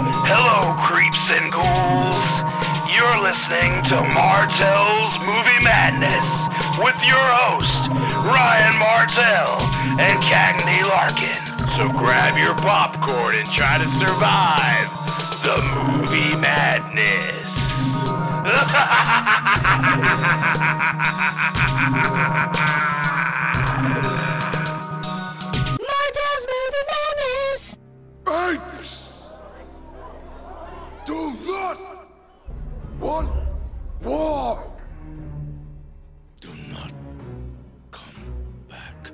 Hello, creeps and ghouls. You're listening to Martell's Movie Madness with your host, Ryan Martell and Cagney Larkin. So grab your popcorn and try to survive the movie madness. Martell's Movie Madness! I do not want war. Do not come back.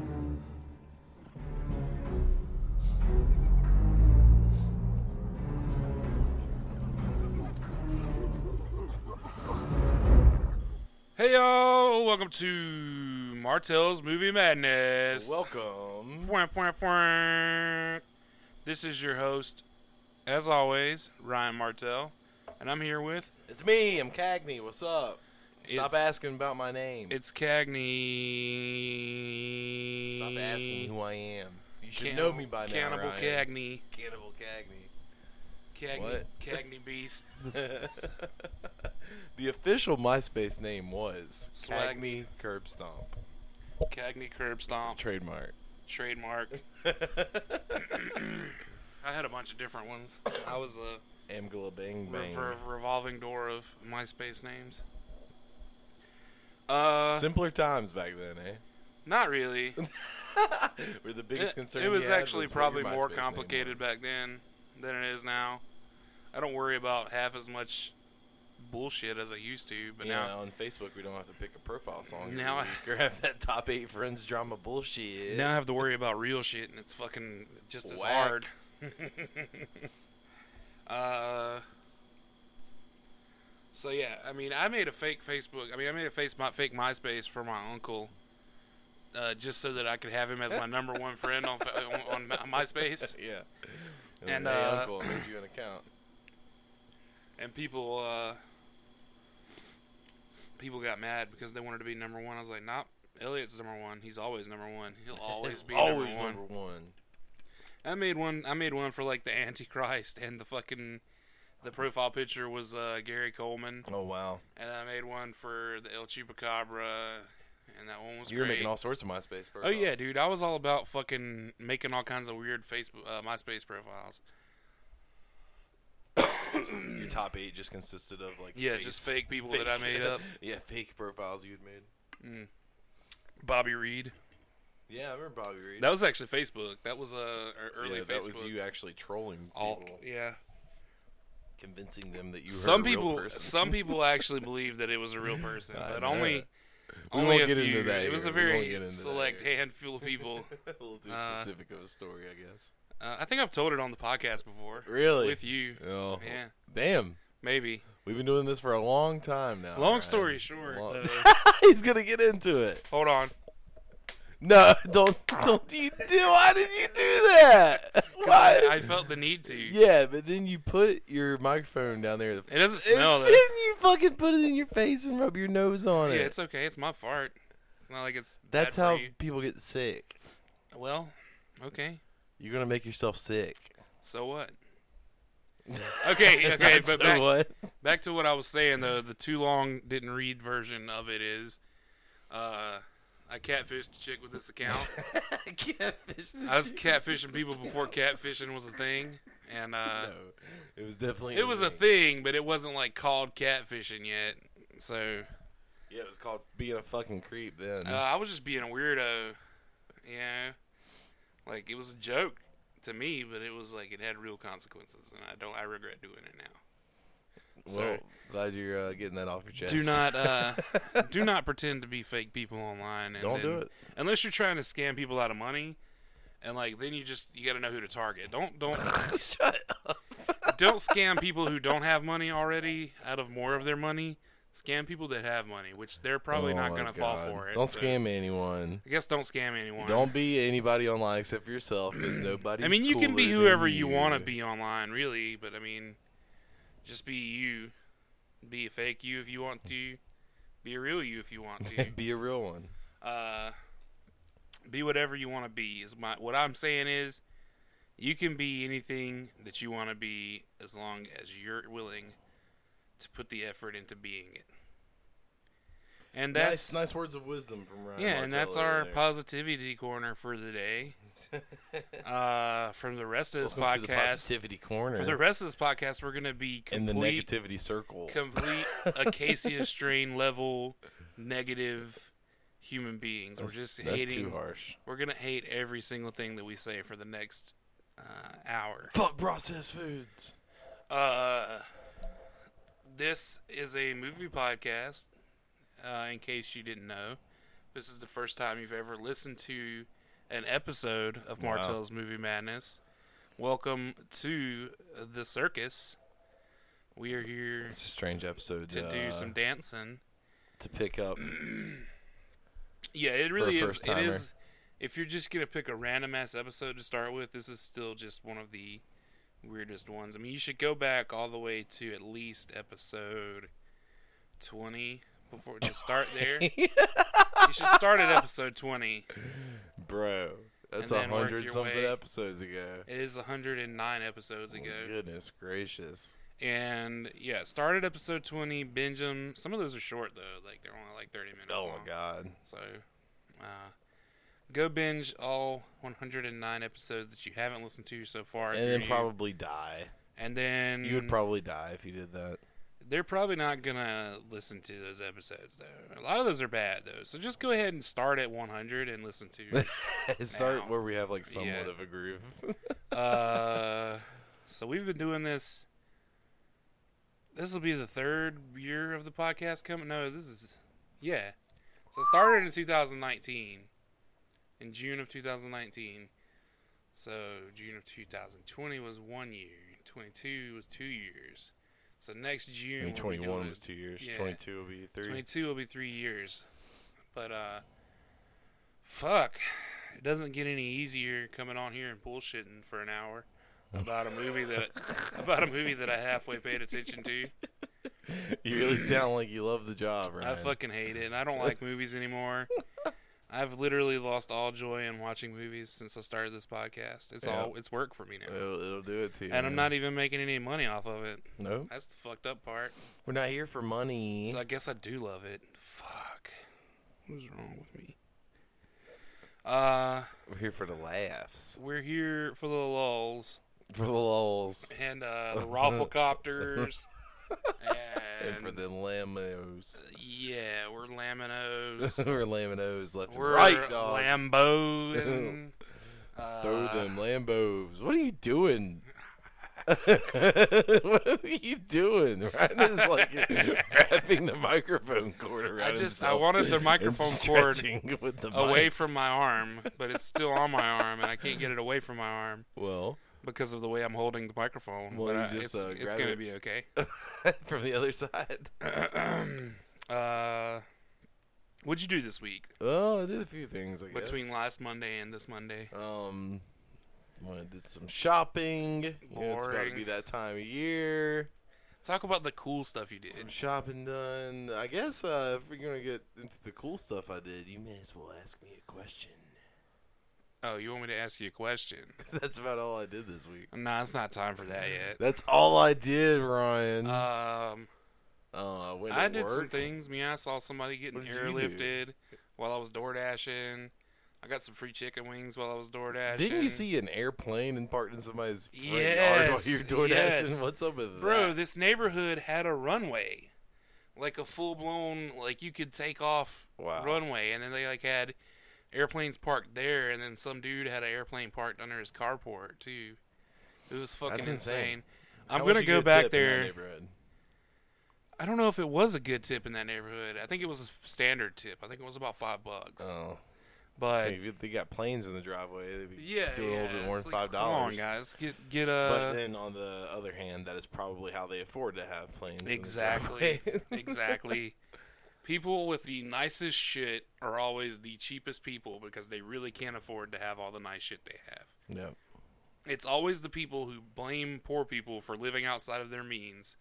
Hey y'all, welcome to Martell's Movie Madness. Welcome. Pwah, pwah, pwah. This is your host, as always, Ryan Martell, and I'm here with It's me. I'm Cagney. What's up? Stop It's- asking about my name. it's Cagney. Stop asking who I am. You should Can- know me by now. Cannibal Ryan. Cagney. Cannibal Cagney. Cagney. What? Cagney Beast. The official MySpace name was Swag. Cagney Curb Stomp. Cagney Curb Stomp. Trademark. Trademark. I had a bunch of different ones. I was a Amgala Bang Bang. rev- revolving door of MySpace names. Uh, Simpler times back then, eh? Not really. Were the biggest concern. it you was had actually what your probably more MySpace name complicated was. back then than it is now. I don't worry about half as much bullshit as I used to, but Yeah, now on Facebook we don't have to pick a profile song. Now Now I- week or have that top eight friends drama bullshit. now I have to worry about real shit, and it's fucking just as Whack. hard. uh, so yeah, I mean, I made a fake Facebook. I mean, I made a face my fake MySpace for my uncle. Uh, just so that I could have him as my number one friend on, fa- on, on MySpace. Yeah. And, And, then, hey, uh, uncle, I made you an account. and people uh people got mad because they wanted to be number one. I was like, nah, Elliot's number one. He's always number one. He'll always be Always number one. number one. I made one. I made one for like the Antichrist and the fucking the profile picture was uh, Gary Coleman, Oh wow, and I made one for the El Chupacabra, and that one was you were great. making all sorts of MySpace profiles. Oh yeah, dude! I was all about fucking making all kinds of weird Facebook, uh, MySpace profiles. Your top eight just consisted of like Yeah, just fake people that I made up. Yeah, fake profiles you'd made. Bobby Reed. Yeah, I remember Bobby Reed. That was actually Facebook. That was uh, er- early yeah, Facebook. that was you actually trolling All- people, yeah. convincing them that you were some a real people person. some people actually believe that it was a real person but know. only We only won't a get into few. that it was a here. We won't get very into that select here. handful of people a little too uh, specific of a story, I guess. uh, i think i've told it on the podcast before Really? with you Oh Yeah. damn. maybe We've been doing this for a long time now. long Ryan. story short Long- uh, He's gonna get into it. hold on No, don't, don't you do? Why did you do that? Why? I, I felt the need to yeah, but then you put your microphone down there. it doesn't smell and though then you fucking put it in your face and rub your nose on yeah it. it's okay it's my fart it's not like it's bad That's for how you. people get sick. well okay You're gonna make yourself sick. so what okay okay That's but back, what? back to what I was saying though, the too long didn't read version of it is uh I catfished a chick with this account. Catfish. I was catfishing people before catfishing was a thing. And uh No, it was definitely. it was a thing, but it wasn't like called catfishing yet. So Yeah, it was called being a fucking creep then. uh, I was just being a weirdo, you know. Like it was a joke to me, but it was like it had real consequences and I don't I regret doing it now. well, sorry. glad you're uh, getting that off your chest. Do not uh, do not pretend to be fake people online. And Don't do then- it. unless you're trying to scam people out of money, and like then you just you got to know who to target. Don't don't Shut up. don't scam people who don't have money already out of more of their money. Scam people that have money, which they're probably Oh, not my going to fall God. for it. Don't so- scam anyone. I guess don't scam anyone. Don't be anybody online except for yourself, because nobody's. I mean, you can be cooler whoever than you want to be online, really. But I mean, just be you. Be a fake you if you want to. Be a real you if you want to. be a real one. uh, be whatever you want to be. Is my what I'm saying is, You can be anything that you want to be as long as you're willing to put the effort into being it. And that's nice, nice words of wisdom from Ryan. yeah, and Martell that's over our there. positivity corner for the day. uh, from the rest of this Welcome to the podcast, positivity corner for the rest of this podcast, we're gonna be complete, and the negativity circle. complete Acacia strain level negative human beings. We're just That's hating. too harsh. We're gonna hate every single thing that we say for the next uh, hour. Fuck processed foods. Uh, this is a movie podcast. Uh, in case you didn't know, this is the first time you've ever listened to an episode of Martell's Movie Madness. Welcome to the circus. We are here It's a strange episode uh, to do some dancing. to pick up. Yeah, it really is. It first-timer. is. If you're just gonna pick a random ass episode to start with, this is still just one of the weirdest ones. I mean, you should go back all the way to at least episode twenty before just start there. you should start at episode twenty. Bro, that's And a then work hundred your something way. episodes ago. It is 109 episodes ago, Oh Goodness gracious. and yeah, start at episode 20. Binge 'em. Some of those are short though; like they're only like 30 minutes. Oh long. my god. So, uh, go binge all 109 episodes that you haven't listened to so far. if And you're then new. probably die. and then You would probably die if you did that. They're probably not gonna listen to those episodes though. A lot of those are bad though. So just go ahead and start at 100 and listen to. Start Now. where we have like somewhat Yeah. of a groove. uh, so we've been doing this. This will be the third year of the podcast coming. No, this is yeah. So it started in 2019, in June of 2019. So June of 2020 was one year. 22 was two years. So next June, we'll be 21 doing- was two years. yeah. 22 will be three. 22 will be three years. But, uh, fuck. It doesn't get any easier coming on here and bullshitting for an hour about a movie that about a movie that I halfway paid attention to. You really sound like you love the job, right? I fucking hate it, and I don't like movies anymore. I've literally lost all joy in watching movies since I started this podcast. It's all Yeah. it's work for me now. It'll, it'll do it to you. And I'm man. not even making any money off of it. No, That's the fucked up part. we're not here for money. So I guess I do love it. Fuck. What is wrong with me? Uh, We're here for the laughs, we're here for the lulls for the lulls, and uh, the rafflecopters. and, and for the lamos. yeah, we're Laminos. we're laminos left We're and right, dog. Lambo. Throw uh, them lambos. What are you doing? what are you doing? Ryan is like wrapping the microphone cord around I just I himself wanted the and microphone cord stretching with the away mic. from my arm, but it's still on my arm, and I can't get it away from my arm well because of the way I'm holding the microphone. Well, but you I, just, it's, uh, it's grab gonna it. be okay. from the other side. Uh, what'd you do this week Oh, I did a few things. I between guess. last Monday and this Monday? Um, well, I did some shopping. You know, it's about to Boring. be that time of year. Talk about the cool stuff you did. Some shopping done. I guess uh, if we're gonna get into the cool stuff I did, you may as well ask me a question. Oh, you want me to ask you a question? 'Cause that's about all I did this week. Nah, it's not time for that yet. That's all I did, Ryan. Uh, Um, I went to I did work. some things. Me, I saw somebody getting did you do? airlifted while I was door dashing. I got some free chicken wings while I was door dashing. Didn't you see an airplane and parked in somebody's front yard while Yes, you're door yes. dashing? What's up with bro? that? This neighborhood had a runway, like a full blown, like you could take off Wow. runway, and then they like had airplanes parked there, and then some dude had an airplane parked under his carport too. It was fucking That's insane. insane. I'm How much gonna you go get a back tip in that there. neighborhood? I don't know if it was a good tip in that neighborhood. I think it was a standard tip. I think it was about five bucks. Oh, but Hey, if they got planes in the driveway, they'd be yeah, doing a yeah, little bit more it's than like, five come on, dollars. guys, get get But uh then on the other hand, that is probably how they afford to have planes. in the exactly, driveway. exactly. People with the nicest shit are always the cheapest people because they really can't afford to have all the nice shit they have. yep. It's always the people who blame poor people for living outside of their means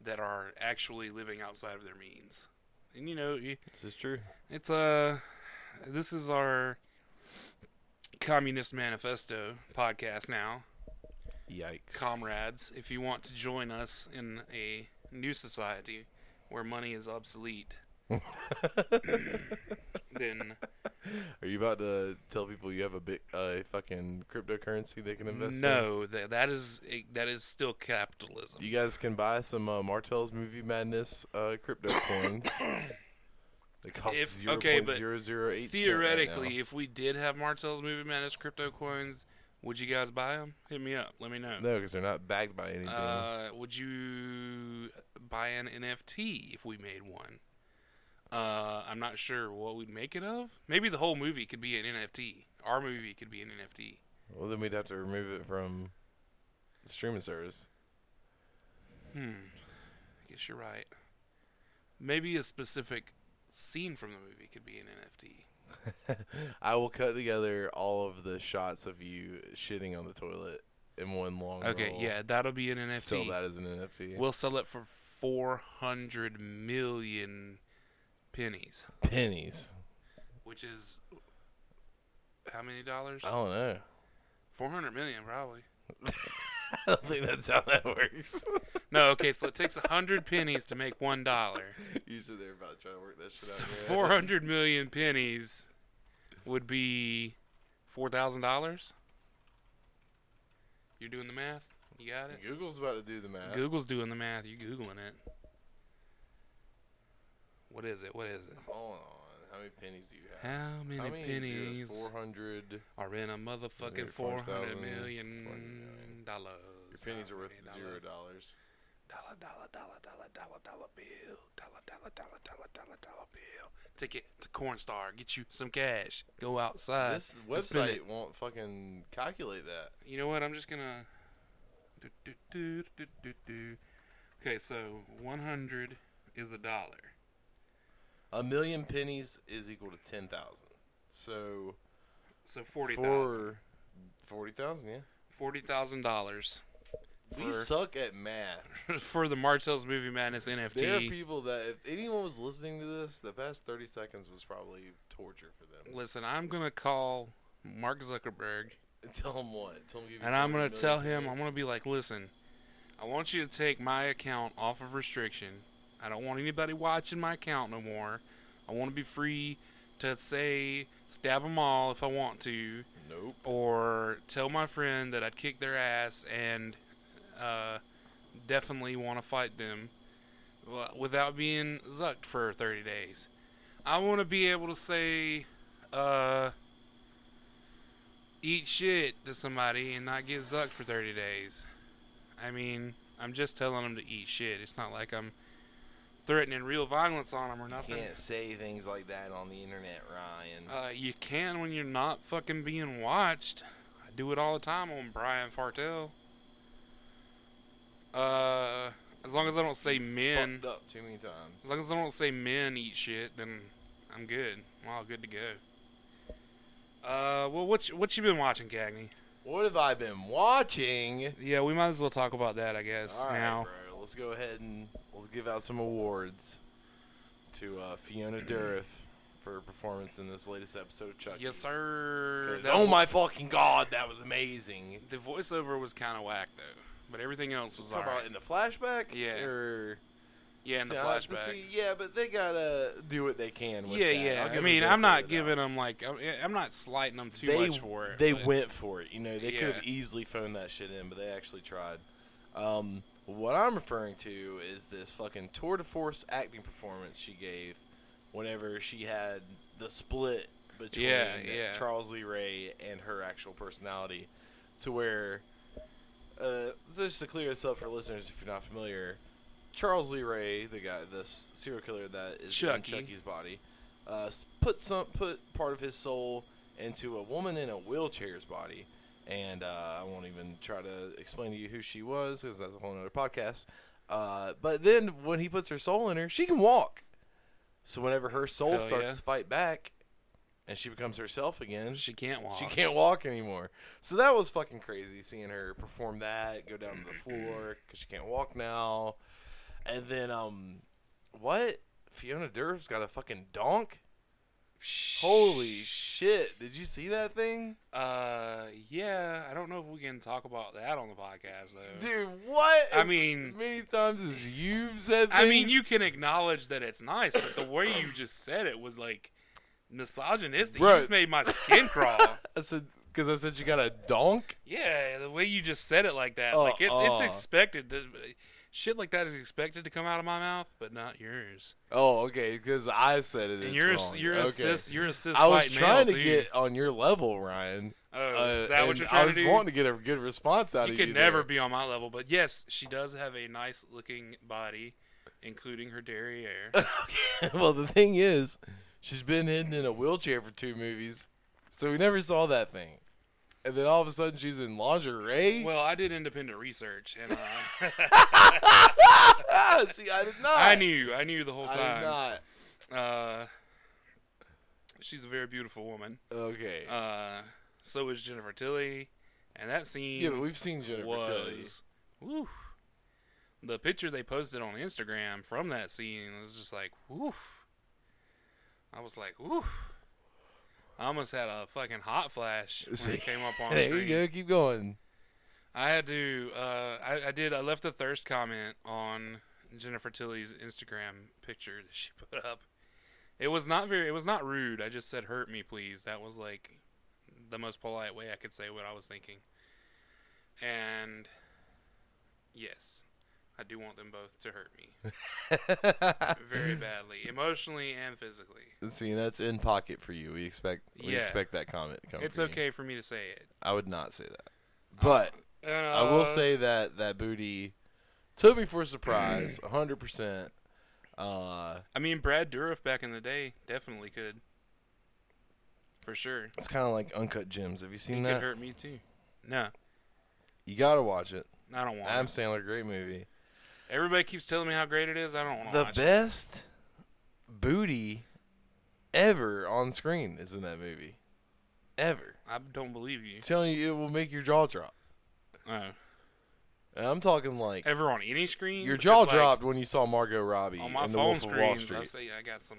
that are actually living outside of their means. And you know, you, This is true. It's uh this is our Communist Manifesto podcast now. Yikes. comrades, if you want to join us in a new society where money is obsolete, then Are you about to tell people you have a bit a fucking cryptocurrency they can invest in? no, that that is a, that is still capitalism. You guys can buy some uh, Martell's Movie Madness uh, crypto coins. They cost If- zero okay, point but zero zero eight. Theoretically, if we did have Martell's Movie Madness crypto coins, would you guys buy them? Hit me up. Let me know. no, because they're not backed by anything. Uh, would you buy an NFT if we made one? Uh, I'm not sure what we'd make it of. Maybe the whole movie could be an NFT. Our movie could be an NFT. well, then we'd have to remove it from the streaming service. I guess you're right. Maybe a specific scene from the movie could be an NFT. I will cut together all of the shots of you shitting on the toilet in one long. Okay, roll. yeah, that'll be an NFT. Sell that as an NFT. We'll sell it for 400 million pennies, pennies. which is how many dollars? I don't know. 400 million, probably. I don't think that's how that works. No, okay, so it takes 100 pennies to make $1. dollar. you sit there about trying to work that shit So out. in your head. 400 million pennies would be $4,000. You're doing the math? You got it? Google's about to do the math. Google's doing the math. You googling it. What is it? What is it? Hold on. How many pennies do you have? How many, pennies Four hundred. are in a motherfucking Hundred, four $4,000, hundred million $400 dollars? Your pennies are worth How many zero dollars? dollars. Dollar, dollar, dollar, dollar, dollar, dollar bill. Dollar, dollar, dollar, dollar, dollar, dollar bill. Take it to Cornstar. Get you some cash. Go outside. This and spend it. website won't fucking calculate that. You know what? I'm just gonna. Do, do, do, do, do, do. Okay, so 100 is a dollar. A million pennies is equal to ten thousand. So So 40,000. for forty thousand, yeah. Forty thousand dollars We suck at math. for the Martell's Movie Madness There are NFT. people that, if anyone was listening to this, the past thirty seconds was probably torture for them. Listen, I'm gonna call Mark Zuckerberg Tell them what. Tell them. Give you and I'm gonna 40 million tell him. I'm pennies. gonna be like, listen, I want you to take my account off of restriction. I don't want anybody watching my account no more. I want to be free to say stab them all if I want to, Nope. or tell my friend that I'd kick their ass and uh, definitely want to fight them wi- without being zucked for 30 days. I want to be able to say, uh, eat shit to somebody and not get zucked for 30 days. I mean, I'm just telling them to eat shit. It's not like I'm threatening real violence on them or nothing. Can't say things like that on the internet, Ryan. Uh, you can when you're not fucking being watched. I do it all the time on Brian Fartell. Uh, as long as I don't say men, fucked up too many times. as long as I don't say men eat shit, then I'm good. I'm all good to go. Uh, well, what you, what you been watching, Cagney? What have I been watching? Yeah, we might as well talk about that, I guess. All right, now, bro. Let's go ahead and let's give out some awards to uh, Fiona Dourif for her performance in this latest episode of E. Chucky. yes, sir. 'Cause, That Oh wa- my fucking god, that was amazing. The voiceover was kind of whack though, but everything else was Talk alright. about in the flashback. Yeah. Or Yeah, in the See, I like to flashback. see- yeah, but they gotta do what they can. With yeah, that. I'll yeah. I give mean, them I'm benefit not of the doubt. giving them like I'm, eh, I'm not slighting them too much for it. They but- went for it. You know, they could Yeah. have easily phoned that shit in, but they actually tried. Um, what I'm referring to is this fucking tour de force acting performance she gave whenever she had the split between Yeah, yeah. Charles Lee Ray and her actual personality, to where. Uh, so just to clear this up for listeners, if you're not familiar, Charles Lee Ray, the guy, the s- serial killer that is Chucky. in Chucky's body, uh, s- put some put part of his soul into a woman in a wheelchair's body, and uh, I won't even try to explain to you who she was because that's a whole other podcast. Uh, but then when he puts her soul in her, she can walk. So whenever her soul Hell starts yeah. to fight back, and she becomes herself again, She can't walk. she can't walk anymore. So that was fucking crazy seeing her perform that, go down to the floor because she can't walk now. And then, um, what? Fiona Durf's got a fucking donk? Holy shit! Did you see that thing, Uh, yeah. I don't know if we can talk about that on the podcast though. dude? What? I as mean- many times as you've said. I mean, things- you can acknowledge that it's nice, but the way you just said it was like misogynistic. Bro. You just made my skin crawl. I said because I said you got a donk. yeah, the way you just said it like that, like it, it's Uh-uh. expected. To, shit like that is expected to come out of my mouth, but not yours. Oh, okay. Because I said it. And it's you're a, wrong. you're a okay. cis you're a cis I was white trying to male, too. get on your level, Ryan. Uh, Oh, is that what and you're I trying to was do? wanting to get a good response out You of could you. never there. be on my level, but yes, she does have a nice looking body, including her derriere. well, the thing is, she's been hidden in a wheelchair for two movies, so we never saw that thing. And then all of a sudden, she's in lingerie. well, I did independent research, and uh, ah, see, I did not. I knew I knew the whole I time. did not. Uh, she's a very beautiful woman. Okay. Uh, so is Jennifer Tilly, and that scene yeah, but we've seen Jennifer Tilly. was woo. The picture they posted on Instagram from that scene was just like woo. I was like woo. I almost had a fucking hot flash when See? it came up on There screen. you go. Keep going. I had to. Uh, I, I did. I left a thirst comment on Jennifer Tilly's Instagram picture that she put up. It was not very. It was not rude. I just said, "Hurt me, please." That was like the most polite way I could say what I was thinking. And yes, I do want them both to hurt me very badly, emotionally and physically. See, that's in pocket for you. We expect. We Yeah. expect that comment. To come It's from you. okay Uh, for me to say it. I would not say that. But And, I will uh, say that that booty took me for a surprise, hundred percent. Uh, I mean, Brad Dourif back in the day definitely could. For sure. it's kind of like Uncut Gems. Have you seen It that? could hurt me too. No, You gotta watch it. I don't want Adam it. Sandler, great movie. Everybody keeps telling me how great it is. I don't want to The watch it. best booty ever on screen is in that movie. Ever. I don't believe you. I'm telling you, it will make your jaw drop. Oh. And I'm talking like Ever on any screen? your Because, jaw like, dropped when you saw Margot Robbie on my in The phone Wolf of Wall screens. I Street see. I got some.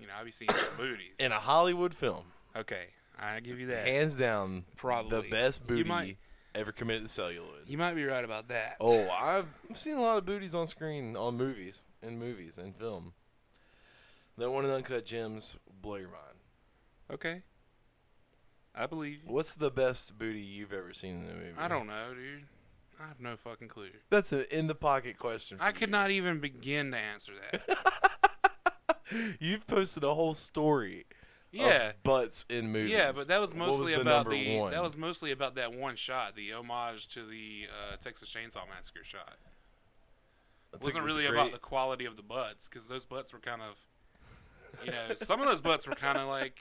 You know, I be seeing some booties. in a Hollywood film. okay, I give you that. Hands down, Probably. the best You booty might- ever committed to celluloid. you might be right about that. Oh, I've seen a lot of booties on screen on movies, in movies, and film. That one in Uncut Gems blow your mind. Okay. I believe you. What's the best booty you've ever seen in a movie? I don't know, dude. I have no fucking clue. That's an in the pocket question. I could not even begin to answer Oh. that. You've posted a whole story. Yeah. Of butts in movies. Yeah, but that was What mostly the about number the one? that was mostly about that one shot, the homage to the uh, Texas Chainsaw Massacre shot. I It think wasn't it was really about great. the quality of the butts because those butts were kind of, you know, some of those butts were kind of like,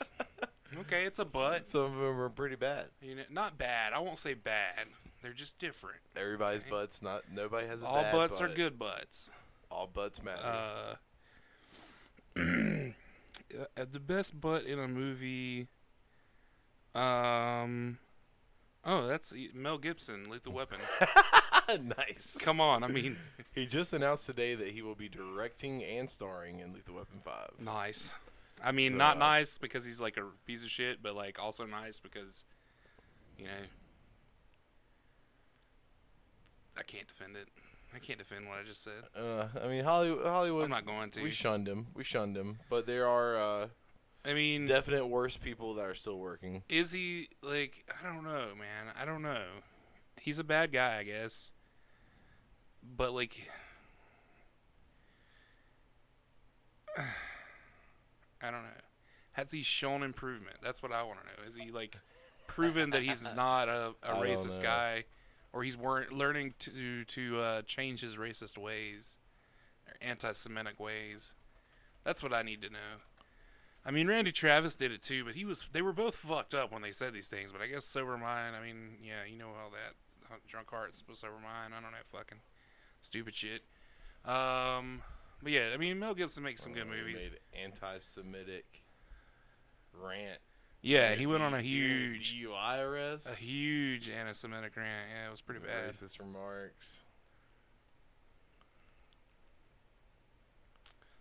okay, it's a butt, Some of them are pretty bad. you know, not bad. I won't say bad. They're just different. Everybody's butts not. Nobody has a All bad butts are butt. good butts. All butts matter. Uh, uh, the best butt in a movie. Um, oh, that's e- Mel Gibson, Lethal Weapon. nice. Uh, Come on, I mean, He just announced today that he will be directing and starring in Lethal Weapon Five. nice. I mean, So, not uh, nice because he's like a piece of shit, but like also nice because, you know, I can't defend it. I can't defend what I just said. Uh, I mean, Hollywood. Hollywood. I'm not going to. we shunned him. We shunned him. But there are uh, I mean, definite worse people that are still working. is he like I don't know, man. I don't know. He's a bad guy, I guess. But like I don't know. Has he shown improvement? That's what I want to know. Is he like proven that he's not a, a don't racist know. guy or he's wor- learning to to uh, change his racist ways or anti-Semitic ways? That's what I need to know. I mean, Randy Travis did it too, but he was they were both fucked up when they said these things. But I guess sober mind. I mean, yeah, you know all that drunk hearts, but sober mind. I don't know fucking stupid shit. Um, but yeah, I mean, Mel Gibson makes some good We movies. Oh, Made anti-Semitic rant. Yeah, he went on a D- huge, DUI arrest. a huge anti-Semitic rant. Yeah, it was pretty bad. Racist remarks.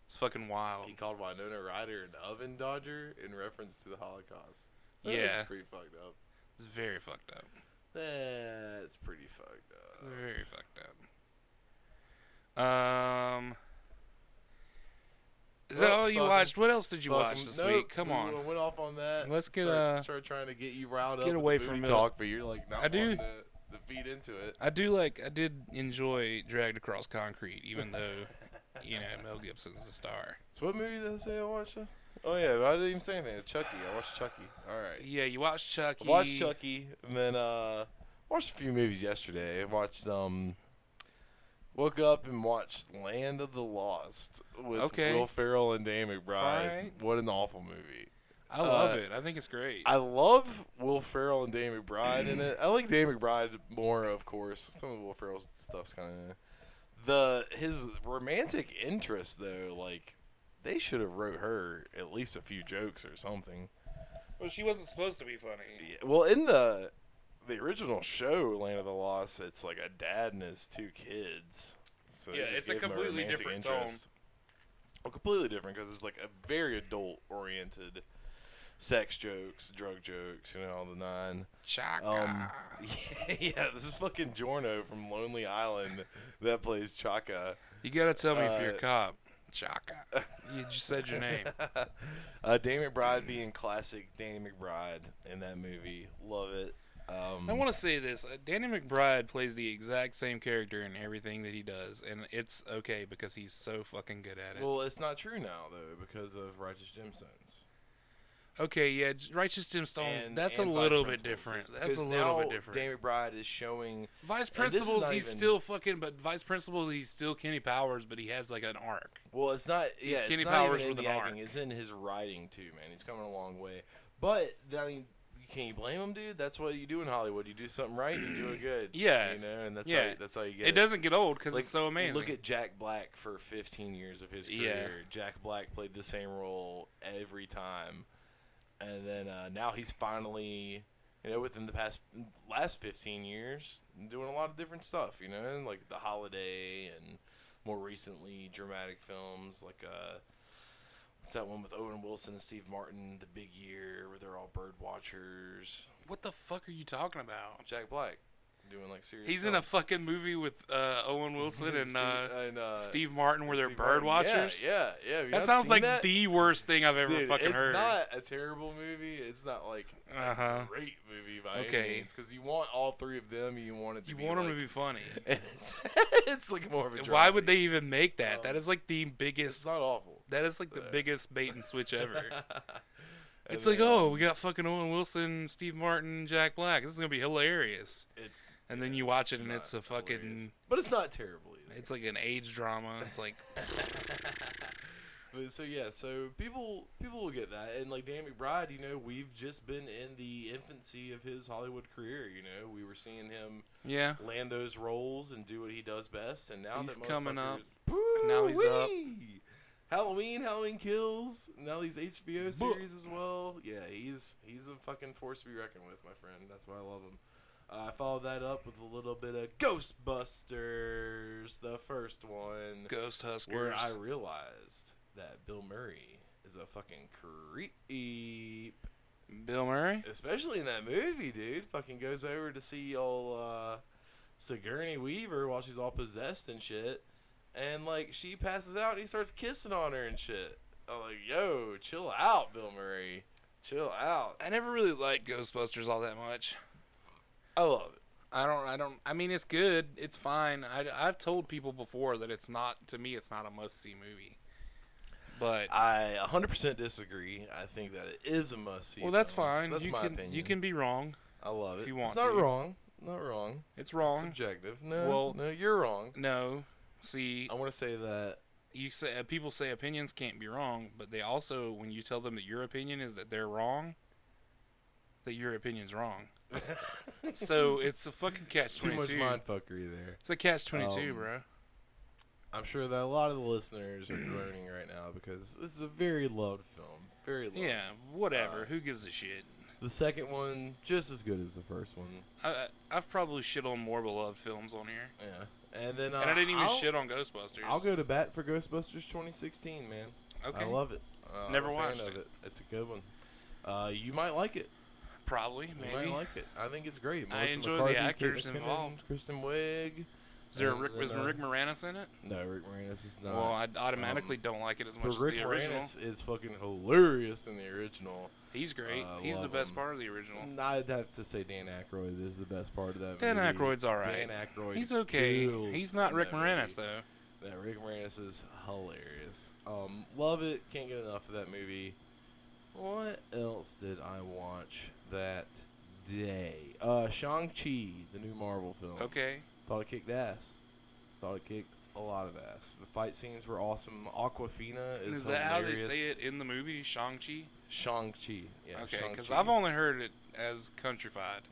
It's fucking wild. He called Winona Ryder an oven dodger in reference to the Holocaust. That's Yeah. pretty fucked up. It's very fucked up. That's pretty fucked up. Very fucked up. Um, is that Well, all you fucking- watched? What else did you Fuck watch 'em. this Nope, week? Come we on. went off on that. Let's get, start, uh, start trying to get you riled let's up. get with away the for a booty minute. talk, but you're like not I do- wanting to, to feed into it. I do like. I did enjoy Dragged Across Concrete, even though you know Mel Gibson's the star. So what movie did I say I watched? uh? Oh yeah, I didn't even say anything. Chucky. I watched Chucky. All right. Yeah, you watched Chucky. I watched Chucky, and then uh, watched a few movies yesterday. I watched um, woke up and watched Land of the Lost with Okay. Will Ferrell and Dan McBride. Alright. What an awful movie! I love uh, it. I think it's great. I love Will Ferrell and Dan McBride in it. I like Dan McBride more, of course. Some of Will Ferrell's stuff's kind of the his romantic interest though. Like they should have wrote her at least a few jokes or something. well, she wasn't supposed to be funny. Yeah, well, in the the original show, Land of the Lost, it's like a dad and his two kids. So they Yeah, just it's a gave him completely romantic different interest. Well, completely different because it's like a very adult oriented sex jokes, drug jokes, you know, all the nine. Chaka. Um, yeah, this is fucking Jorno from Lonely Island that plays Chaka. you gotta tell me if you're uh, a cop. Chaka. You just said your name. Uh, Danny McBride being classic Danny McBride in that movie. Love it. Um, I want to say this: uh, Danny McBride plays the exact same character in everything that he does, and it's okay because he's so fucking good at it. Well, it's not true now though because of Righteous Gemstones. okay, yeah, J- Righteous Gemstones. And- that's and a Vice little bit different. Principals. That's a 'Cause little now bit different. Dan McBride is showing Vice and this is Principals, not he's even- still fucking, but Vice Principals, he's still Kenny Powers, but he has like an arc. Well, it's not. Yeah, it's Kenny not Powers even in with the an acting. arc. It's in his writing too, man. He's coming a long way. But I mean, can you blame him, dude? That's what you do in Hollywood. You do something right, you do it good. Yeah. you know, and that's how Yeah. you, that's how you get It doesn't get old because it's so amazing. Look at Jack Black for 15 years of his career. Yeah. Jack Black played the same role every time, and then uh, now he's finally, you know, within the past last 15 years, doing a lot of different stuff. You know, like The Holiday and more recently dramatic films like uh, what's that one with Owen Wilson and Steve Martin, The Big Year, where they're all bird watchers. what the fuck are you talking about? Jack Black doing like serious. He's in a films. fucking movie with uh, Owen Wilson and, Steve- uh, and, uh, Steve Martin, where they're Steve bird Martin. Yeah, watchers. Yeah, yeah. Have you That not sounds seen like that? the worst thing I've ever Dude, fucking it's heard. not a terrible movie. It's not like uh huh. a great movie by Okay. any means because you want all three of them. You want it to You be want like, them to be funny. And it's, it's like more of a. Why dramedy. would they even make that? that is like the Um, It's biggest. not awful. That is like the biggest bait and switch ever. it's And like, then, oh, we got fucking Owen Wilson, Steve Martin, Jack Black. This is gonna be hilarious. it's And then you watch it, and it's not a fucking. hilarious. But it's not terrible either. It's like an age drama. It's like, But so yeah, so people people will get that, and like Dan McBride, you know, we've just been in the infancy of his Hollywood career. You know, we were seeing him yeah, land those roles and do what he does best. And now He's that coming up. motherfucker's- Now he's up. Woo-wee! Halloween, Halloween Kills. Now these HBO series as well. Yeah, he's he's a fucking force to be reckoned with, my friend. That's why I love him. Uh, I followed that up with a little bit of Ghostbusters, the first one, Ghost Huskers. where I realized that Bill Murray is a fucking creep Bill Murray. especially in that movie, dude. Fucking goes over to see old uh, Sigourney Weaver while she's all possessed and shit, and like she passes out and he starts kissing on her and shit. I'm like, yo, chill out, Bill Murray, chill out. I never really liked Ghostbusters all that much. I love it. I don't. I don't. I mean, it's good. It's fine. I, I've told people before that it's not. To me, it's not a must-see movie. But I 100% disagree. I think that it is a must see. well, that's fine. That's you my can opinion. you can be wrong. I love it. if you want it's not to. wrong. Not wrong. It's wrong. Subjective. No. Well- no, you're wrong. no, see, I want to say that you say uh, people say opinions can't be wrong, but they also when you tell them that your opinion is that they're wrong, that your opinion's wrong. so it's a fucking catch too much twenty two. mindfuckery there. It's a catch twenty two, Um, bro. I'm sure that a lot of the listeners are groaning right now because this is a very loved film. Very loved. Yeah, whatever. Who gives a shit? The second one, just as good as the first one. I, I- I've probably shit on more beloved films on here. Yeah. And then uh, And I didn't even I'll- shit on Ghostbusters. I'll go to bat for Ghostbusters 2016, man. Okay. I love it. Uh, Never I'm a fan watched it. of it. It's a good one. Uh, you might like it. Probably, You maybe. might like it. I think it's great. I Melissa enjoy the McCarthy, Kate actors McKinnon, involved. Kristen Wiig. Is there a Uh, Rick, is then, uh, Rick Moranis in it? No, Rick Moranis is not. Well, I automatically don't like it as much but as Rick the original. Moranis is fucking hilarious in the original. He's great. I He's the love best him. part of the original. I'd have to say Dan Aykroyd is the best part of that. Dan movie. Aykroyd's all right. Dan Aykroyd. He's okay. kills He's not in Rick that Moranis movie. though. That Rick Moranis is hilarious. Um, love it. Can't get enough of that movie. What else did I watch that day? Uh, Shang Chi, the new Marvel film. Okay. Thought it kicked ass. Thought it kicked a lot of ass. The fight scenes were awesome. Aquafina is, Is that how they hilarious. say it in the movie Shang Chi? Shang Chi. Yeah. Okay, because Shang-Chi. I've only heard it as countrified.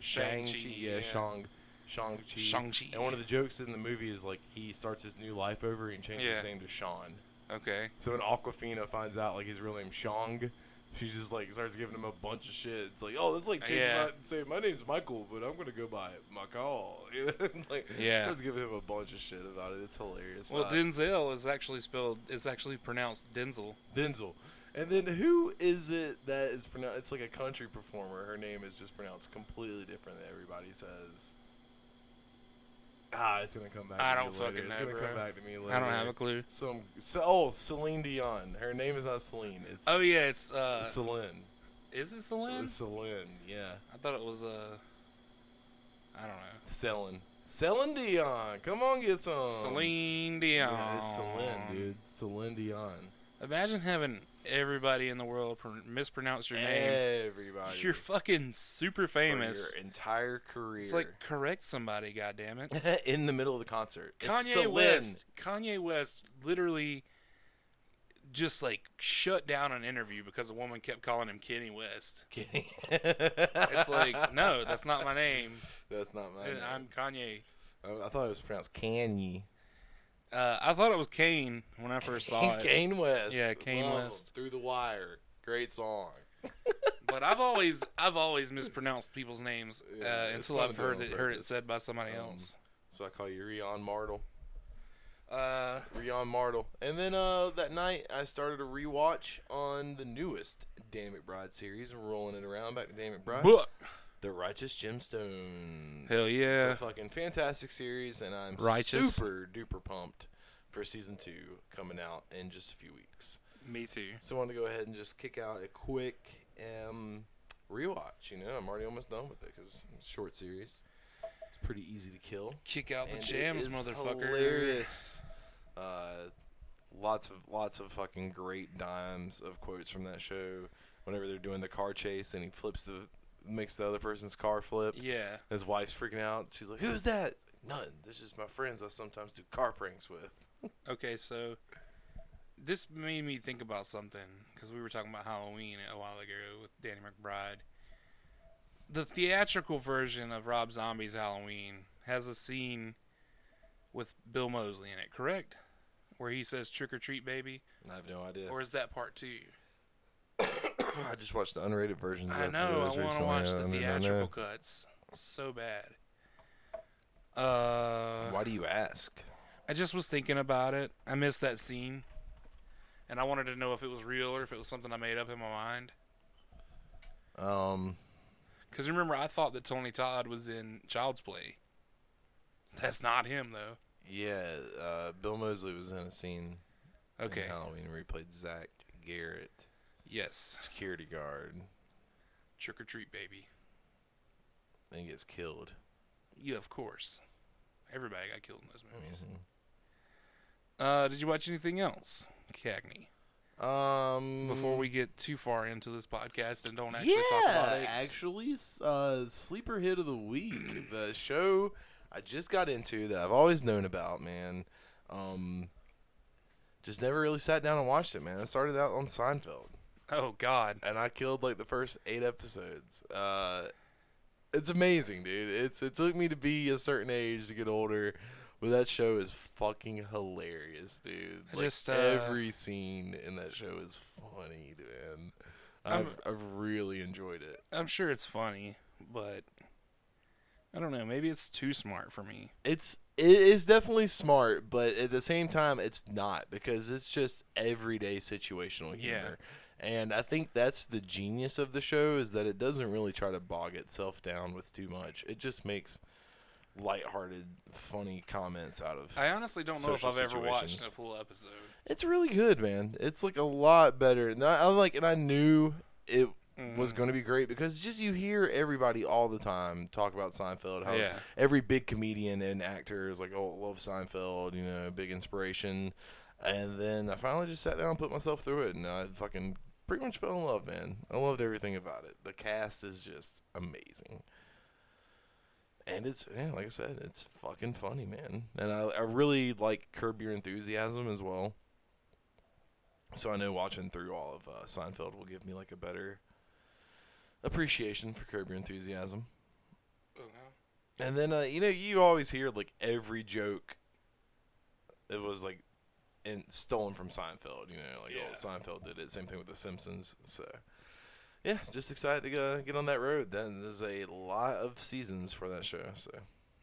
Shang Chi, Shang-Chi, yeah, yeah. Shang, Shang Chi, Shang-Chi. And one of the jokes in the movie is like he starts his new life over and changes Yeah. his name to Sean. Okay. So when Aquafina finds out like his real name's Shang, she just like starts giving him a bunch of shit. It's like, oh, this like changing Yeah. my say my name's Michael, but I'm gonna go by Michael. You know? like, Yeah. starts giving him a bunch of shit about it. It's hilarious. Well, Uh, Denzel is actually spelled is actually pronounced Denzel. Denzel. And then who is it that is pronounced? It's like a country performer. Her name is just pronounced completely different than everybody says. Ah, it's gonna come back. I to don't me fucking later. It's know, gonna bro. come back to me later. I don't have a clue. Some so, oh Celine Dion. Her name is not Celine. It's Oh yeah, it's uh, Celine. is it Celine? It's Celine. Yeah, I thought it was uh, I don't know. Celine. Celine Dion. Come on, get some. Celine Dion. Um, Yeah, it's Celine, dude. Celine Dion. Imagine having everybody in the world pr- mispronounce your name. Everybody. You're fucking super for famous. Your entire career. It's like correct somebody, goddammit. it. in the middle of the concert. It's Kanye Celine. West. Kanye West literally just like shut down an interview because a woman kept calling him Kenny West. Kidding. It's like, no, that's not my name. That's not my name. I'm Kanye. I- I thought it was pronounced Kanye. Uh, I thought it was Kane when I first saw it, Kane West. Yeah, Kane Love 'em. West. Through the Wire. Great song. but I've always I've always mispronounced people's names uh, Yeah, it's until um, fun I've to do heard on it heard it purpose. said by somebody else. So I call you Rion Martel. Uh, Rion Martel. And then uh, that night, I started a rewatch on the newest Dan McBride series, rolling it around back to Dan McBride. but The Righteous Gemstones. Hell It's yeah. a fucking fantastic series, and I'm Righteous. super duper pumped for season two coming out in just a few weeks. me too. So I want to go ahead and just kick out a quick um, rewatch. You know, I'm already almost done with it because it's a short series. It's pretty easy to kill. Kick out the And it jams, is motherfucker. Hilarious. Uh, lots of lots of fucking great dimes of quotes from that show. Whenever they're doing the car chase and he flips the makes the other person's car flip. Yeah. His wife's freaking out. She's like, "Who's that?" None. This is my friends I sometimes do car pranks with. Okay, so this made me think about something because we were talking about Halloween a while ago with Danny McBride. The theatrical version of Rob Zombie's Halloween has a scene with Bill Moseley in it, correct? Where he says "Trick or treat, baby," I have no idea. Oh, or is that part two? I just watched the unrated versions. I know. I want to watch the theatrical cuts so bad. Uh, Why do you ask? I just was thinking about it. I missed that scene. And I wanted to know if it was real or if it was something I made up in my mind. Um, Because remember, I thought that Tony Todd was in Child's Play. That's not him, though. yeah. Uh, Bill Mosley was in a scene Okay. in Halloween where he played Zach Garrett, Yes. security guard, Trick or treat, baby. and he gets killed. Yeah, of course. Everybody got killed in those movies. Mm-hmm. Uh, did you watch anything else, Cagney? Um, Before we get too far into this podcast and don't actually yeah, talk about it. actually, s- uh, sleeper hit of the week, the show I just got into that I've always known about, man. Um, just never really sat down and watched it, man. I started out on Seinfeld, Oh, God. and I killed like the first eight episodes. Uh, it's amazing, dude. It's it took me to be a certain age to get older, but that show is fucking hilarious, dude. I Like just, uh, every scene in that show is funny, man. I've I've really enjoyed it. I'm sure it's funny, but I don't know. Maybe it's too smart for me. It's it is definitely smart, but at the same time, it's not because it's just everyday situational humor. And I think that's the genius of the show is that it doesn't really try to bog itself down with too much. It just makes lighthearted, funny comments out of. I honestly don't know if Social I've ever watched situations. a full episode. It's really good, man. It's like a lot better. And I, I like, and I knew it was going to be great because just you hear everybody all the time talk about Seinfeld. How it's- Yeah. every big comedian and actor is like, "Oh, I love Seinfeld," you know, big inspiration. And then I finally just sat down and put myself through it, and I fucking pretty much fell in love, man. I loved everything about it. The cast is just amazing. And it's yeah, like I said, it's fucking funny, man. And I, I really like Curb Your Enthusiasm as well. So I know watching through all of uh, Seinfeld will give me like a better appreciation for Curb Your Enthusiasm. Oh, And then uh, you know you always hear like every joke. It was like, and stolen from Seinfeld. You know, like Yeah. oh Seinfeld did it. Same thing with The Simpsons. So yeah, just excited to go, get on that road. Then there's a lot of seasons for that show. So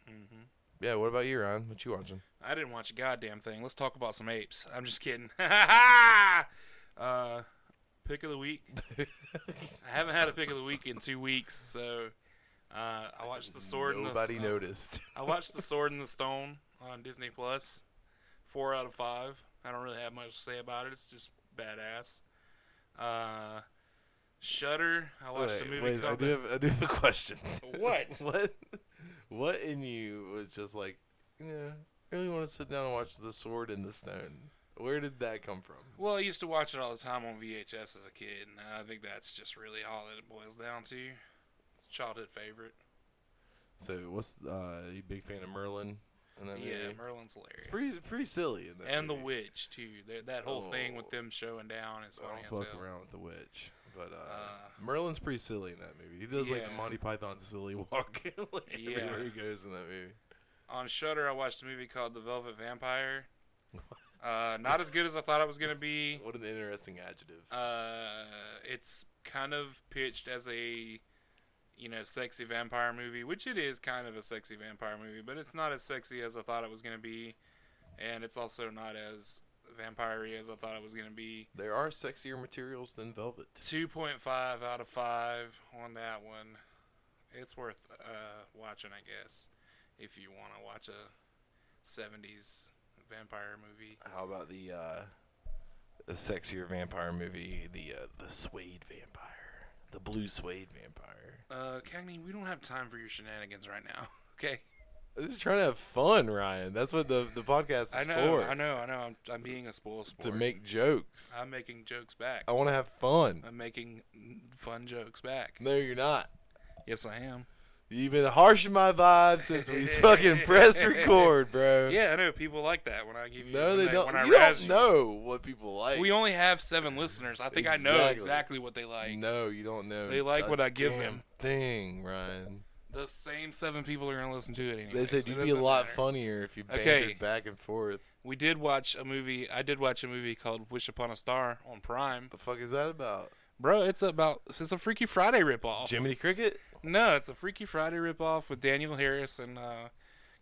Mm-hmm. yeah, what about you, Ryan? What you watching? I didn't watch a goddamn thing. Let's talk about some apes. I'm just kidding. uh, pick of the week. I haven't had a pick of the week in two weeks, so uh, I watched the sword. and the- Nobody noticed. I watched The Sword and the Stone on Disney Plus. Four out of five. I don't really have much to say about it. It's just badass. Uh, Shutter. I watched a movie Wait, wait, I called do The- have I do have a question. What? what? What in you was just like, yeah, I really want to sit down and watch The Sword and the Stone. Where did that come from? Well, I used to watch it all the time on VHS as a kid, and I think that's just really all that it boils down to. It's a childhood favorite. So what's uh, you a big fan of Merlin? And that Yeah, movie? Merlin's hilarious. It's pretty pretty silly in that. and the movie. witch too. That, that whole thing Oh. with them showing down is I funny don't as fuck hell. around with the witch, but uh, Merlin's pretty silly in that movie. He does like the Yeah. Monty Python silly walk like, Yeah. everywhere he goes in that movie. on Shutter, I watched a movie called The Velvet Vampire. Uh, not as good as I thought it was gonna be. What an interesting adjective. Uh, it's kind of pitched as a, you know, sexy vampire movie, which it is kind of a sexy vampire movie, but it's not as sexy as I thought it was gonna be, and it's also not as vampire as I thought it was gonna be. there are sexier materials than velvet. Two point five out of five on that one. It's worth uh, watching, I guess, if you want to watch a '70s vampire movie. How about the uh, the sexier vampire movie, the uh, the suede vampire, the blue suede vampire? Uh, Cagney, we don't have time for your shenanigans right now. Okay. This is trying to have fun, Ryan. That's what the the podcast is I know, for. I know, I know. I'm, I'm being a spoil To sport. make jokes. I'm making jokes back. I want to have fun. I'm making fun jokes back. No, you're not. Yes, I am. You've been harshing my vibe since we fucking pressed record, bro. Yeah, I know. People like that when I give you. No, when they don't. When I You don't razz you. know what people like. We only have seven listeners. I think I know Exactly. exactly what they like. no, you don't know. They like a what I give damn them. Thing, Ryan. The same seven people are gonna listen to it. Anyway, They said so it you'd be a doesn't lot matter. funnier if you bantered Okay. back and forth. We did watch a movie. I did watch a movie called Wish Upon a Star on Prime. The fuck is that about? Bro, it's about it's a Freaky Friday ripoff. Jiminy Cricket? No, it's a Freaky Friday ripoff with Daniel Harris and uh,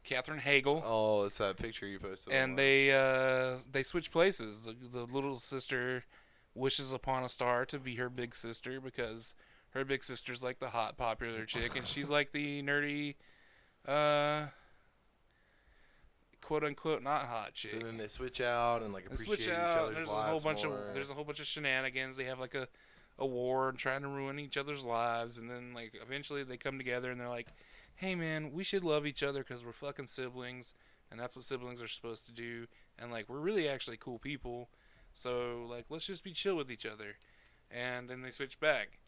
Catherine Hagel. Oh, it's that picture you posted. and online. they uh, they switch places. The, the little sister wishes upon a star to be her big sister because her big sister's like the hot popular chick, and she's like the nerdy, uh, quote unquote not hot chick. so then they switch out and like They appreciate switch each out. other's There's a whole lives bunch more. of there's a whole bunch of shenanigans. They have like a a war and trying to ruin each other's lives, and then like eventually they come together and they're like, "Hey man, we should love each other because we're fucking siblings, and that's what siblings are supposed to do. And like we're really actually cool people, so like let's just be chill with each other." And then they switch back,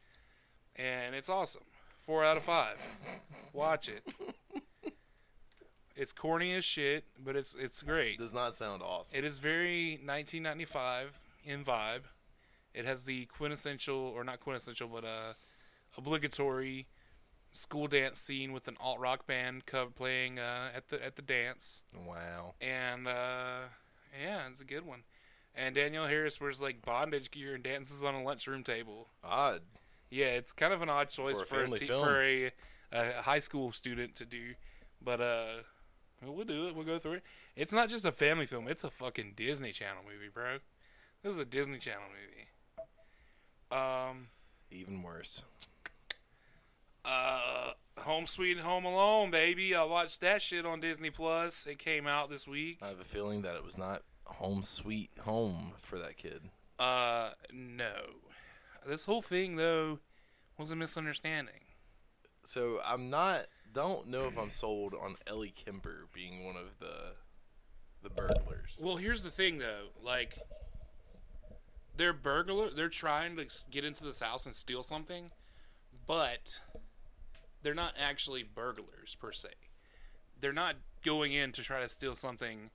and it's awesome. Four out of five. Watch it. It's corny as shit, but it's it's great. Does not sound awesome. It is very 1995 in vibe. It has the quintessential, or not quintessential, but uh, obligatory school dance scene with an alt rock band cov- playing uh, at the at the dance, wow. and uh, yeah, it's a good one. And Daniel Harris wears like bondage gear and dances on a lunchroom table. Odd. Yeah, it's kind of an odd choice For a for a, family te- film. for a a high school student to do, but uh, we'll do it. We'll go through it. It's not just a family film. It's a fucking Disney Channel movie, bro. This is a Disney Channel movie. Um, Even worse. uh, Home Sweet Home Alone, baby. I watched that shit on Disney Plus. It came out this week. I have a feeling that it was not home sweet home for that kid. Uh, no. This whole thing though was a misunderstanding. So I'm not. Don't know if I'm sold on Ellie Kemper being one of the the burglars. Well, here's the thing though, like they're burglar, they're trying to s- get into this house and steal something, but they're not actually burglars per se. They're not going in to try to steal something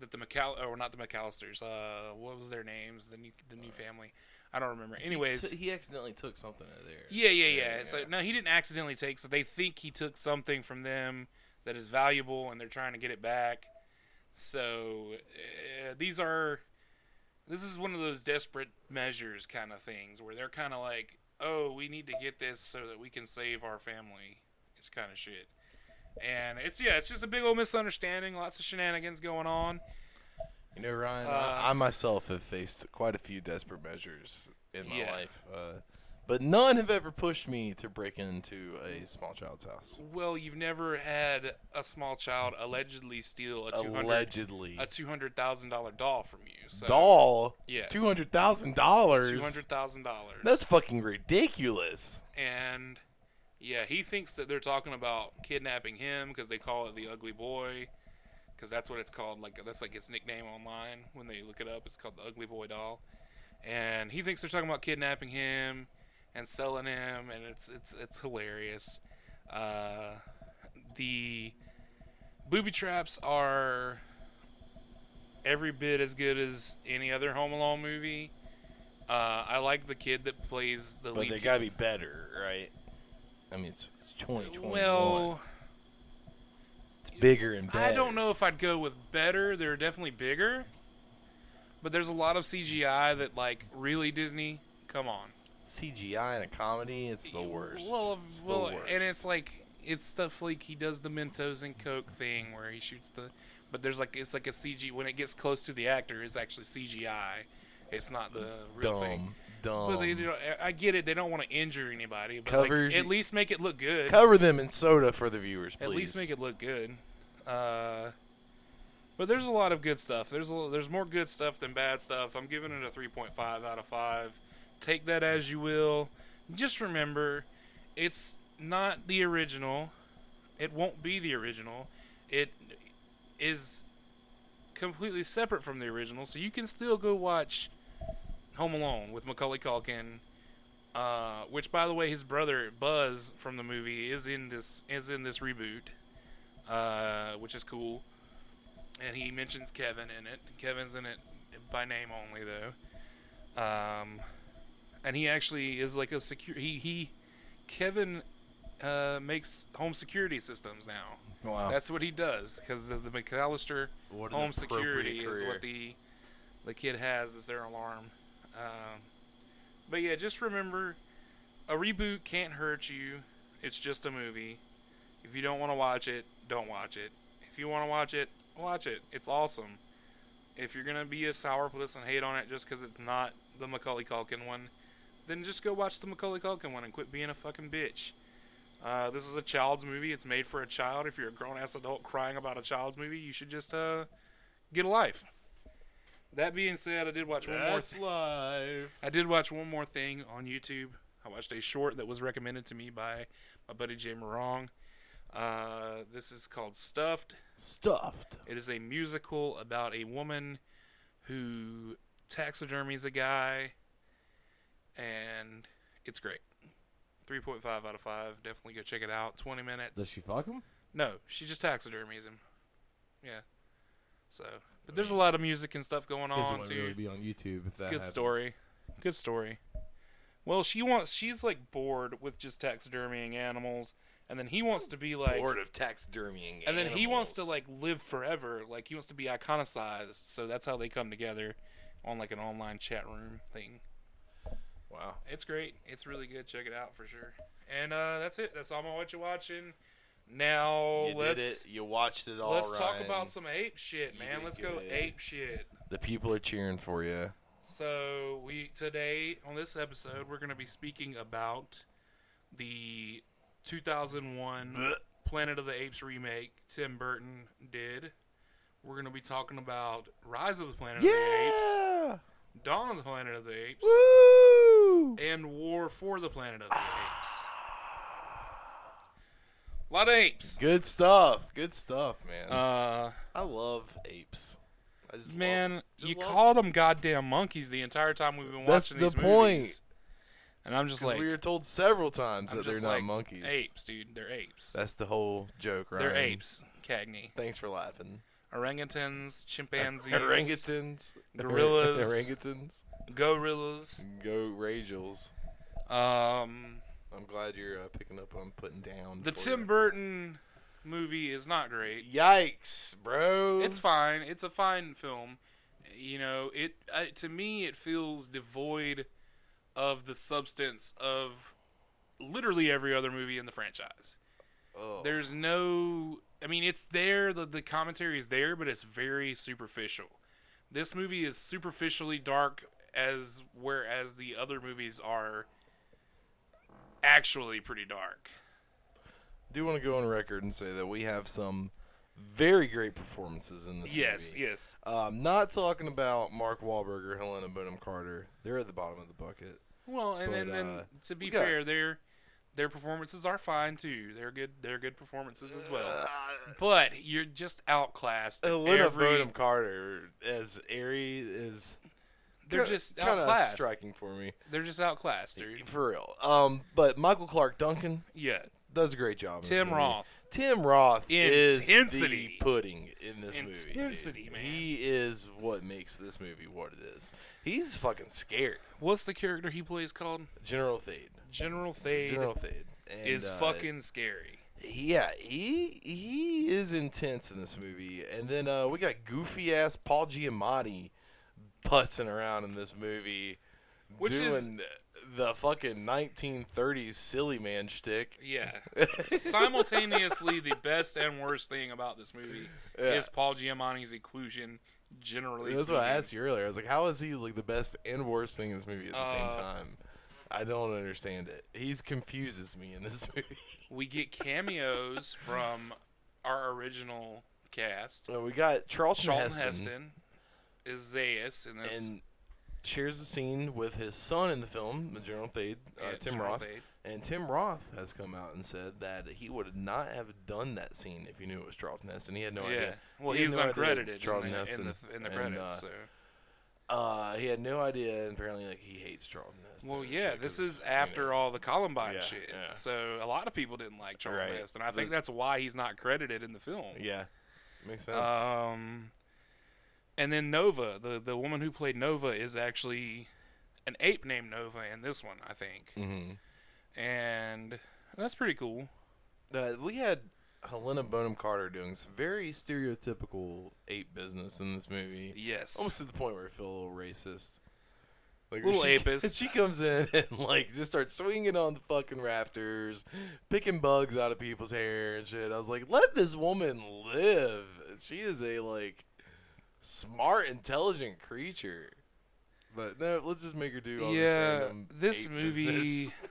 that the McCall or not the McAllisters. Uh, what was their names? The new the new family. I don't remember. Anyways, T- he accidentally took something out of there. Yeah, yeah, yeah. So no, he didn't accidentally take. So they think he took something from them that is valuable, and they're trying to get it back. So uh, these are. This is one of those desperate measures kind of things where they're kind of like, "Oh, we need to get this so that we can save our family." It's kind of shit, and it's yeah, it's just a big old misunderstanding. Lots of shenanigans going on. You know, Ryan, Uh, I, I myself have faced quite a few desperate measures in my Yeah. life, uh, but none have ever pushed me to break into a small child's house. Well, you've never had a small child allegedly steal a two hundred Allegedly, a two hundred thousand dollar doll from you. So. doll. Yes. two hundred thousand two hundred dollars. thousand dollars. That's fucking ridiculous. and yeah, he thinks that they're talking about kidnapping him because they call it the ugly boy, because that's what it's called. Like that's like its nickname online when they look it up. It's called the ugly boy doll, and he thinks they're talking about kidnapping him and selling him, and it's it's it's hilarious. Uh, the booby traps are every bit as good as any other Home Alone movie. Uh, I like the kid that plays the But lead. they gotta be better, right? I mean, it's, it's 2021. well, it's bigger and better. I don't know if I'd go with better. They're definitely bigger, but there's a lot of CGI that like really Disney. Come on, CGI in a comedy, it's the worst. Well, It's the well, worst. and it's like it's stuff like he does the Mentos and Coke thing where he shoots the, but there's like it's like a CG when it gets close to the actor, it's actually CGI. It's not the real dumb, thing. dumb. But they, don't, I- I get it. They don't want to injure anybody. But Covers- like, at least make it look good. Cover them in soda for the viewers, please. At least make it look good. Uh, but there's a lot of good stuff. There's a, there's more good stuff than bad stuff. I'm giving it a 3.5 out of 5. Take that as you will. Just remember, it's not the original. It won't be the original. It is completely separate from the original, so you can still go watch Home Alone with Macaulay Culkin. Uh, which, by the way, his brother Buzz from the movie is in this is in this reboot, uh, which is cool. And he mentions Kevin in it. Kevin's in it by name only, though. Um, and he actually is like a secure. He he, Kevin, uh, makes home security systems now. Wow. That's what he does because the, the McAllister What an home appropriate security is career. what the the kid has is their alarm. Um, but yeah, just remember, a reboot can't hurt you. It's just a movie. If you don't want to watch it, don't watch it. If you want to watch it, watch it. It's awesome. If you're gonna be a sourpuss and hate on it just because it's not the Macaulay Culkin one, then just go watch the Macaulay Culkin one and quit being a fucking bitch. Uh, this is a child's movie. It's made for a child. If you're a grown ass adult crying about a child's movie, you should just uh, get a life. That being said, I did watch one more. That's life. I did watch one more thing on YouTube. I watched a short that was recommended to me by my buddy Jay Morong. Uh, this is called Stuffed. Stuffed. It is a musical about a woman who taxidermies a guy, and it's great. 3.5 out of 5. Definitely go check it out. 20 minutes. Does she fuck him? No, she just taxidermies him. Yeah. So, but there's a lot of music and stuff going Doesn't on want to too. really be on YouTube. If that Good happened. story. Good story. Well, she wants. She's like bored with just taxidermying animals, and then he wants to be like. Board of taxidermying. And then he wants to animals. like live forever. Like he wants to be iconicized. So that's how they come together on like an online chat room thing. Wow. It's great. It's really good. Check it out for sure. And uh, that's it. That's all my what you watching. Now You did let's it. You watched it all. let's talk Ryan. about some ape shit, man. did Let's go good. ape shit. The people are cheering for you. So we today on this episode we're going to be speaking about the 2001 Planet of the Apes remake Tim Burton did. We're going to be talking about Rise of the Planet of the Apes, Dawn of the Planet of the Apes, Woo! and War for the Planet of the Apes. A lot of apes. Good stuff. Good stuff, man. Uh, I love apes. I just man, love- just you love- called them goddamn monkeys the entire time we've been That's watching the these point. movies. And I'm just 'Cause like, we were told several times I'm that they're just not like, monkeys. Apes, dude. They're apes. That's the whole joke, right? They're apes. Cagney. Thanks for laughing. Orangutans, chimpanzees, Orangutans, Gorillas. orangutans, gorillas. go ragels. Um, I'm glad you're uh, picking up what I'm putting down. the for Tim you. Burton movie is not great. Yikes, bro. It's fine. It's a fine film. You know, it uh, to me it feels devoid of the substance of literally every other movie in the franchise. Oh. There's no I mean it's there the, the commentary is there but it's very superficial. This movie is superficially dark as whereas the other movies are actually pretty dark. do want to go on record and say that we have some very great performances in this Yes, movie. yes. Um, not talking about Mark Wahlberg or Helena Bonham Carter. They're at the bottom of the bucket. Well, and But, then, then uh, to be we got- fair, their their performances are fine too. They're good. They're good performances as well. Uh, But you're just outclassed. in Helena every, Bonham Carter as airy is they're just kind of outclassed. striking for me They're just outclassed, dude. for real. Um, but Michael Clark Duncan Yeah, does a great job. in this Tim movie. Roth. Tim Roth is Intensity. the pudding in this movie. Intensity, dude. man. He is what makes this movie what it is. He's fucking scared. What's the character he plays called? General Thade. General Thade General Thade. And, is uh, fucking scary. Yeah, he he is intense in this movie. And then uh, we got goofy ass Paul Giamatti pussing around in this movie, Which doing is- the fucking 1930s silly man shtick. Yeah. Simultaneously, the best and worst thing about this movie is Paul Giamatti's inclusion. Generally, That's what I speaking. asked you earlier. I was like, how is he like the best and worst thing in this movie at the Uh, same time? I don't understand it. He's confuses me in this movie. We get cameos from our original cast. Uh, we got Charlton, Charlton Heston, Heston, is Zaius in this. and shares the scene with his son in the film, the General Thade, uh, Yeah, Tim General Roth. Thade. And Tim Roth has come out and said that he would not have done that scene if he knew it was Charlton Heston. He had no yeah, idea. well, he he's had no idea uncredited in the, Charlton in Heston. the in the And, credits. uh, so. uh, he had no idea, and apparently, like he hates Charlton Heston. Well, It's yeah, like, this uh, is you know. after all the Columbine Yeah, shit. yeah. So a lot of people didn't like Charlton Right. Heston. I think that's why he's not credited in the film. Yeah, makes sense. Um, and then Nova, the the woman who played Nova, is actually an ape named Nova in this one, I think. Mm-hmm. And that's pretty cool. Uh, we had Helena Bonham Carter doing some very stereotypical ape business in this movie. Yes. Almost to the point where it felt a little racist. Like Little she, apist. She comes in and like just starts swinging on the fucking rafters, picking bugs out of people's hair and shit. I was like, let this woman live. She is a like smart, intelligent creature. But no, let's just make her do all Yeah, this random this ape movie- business.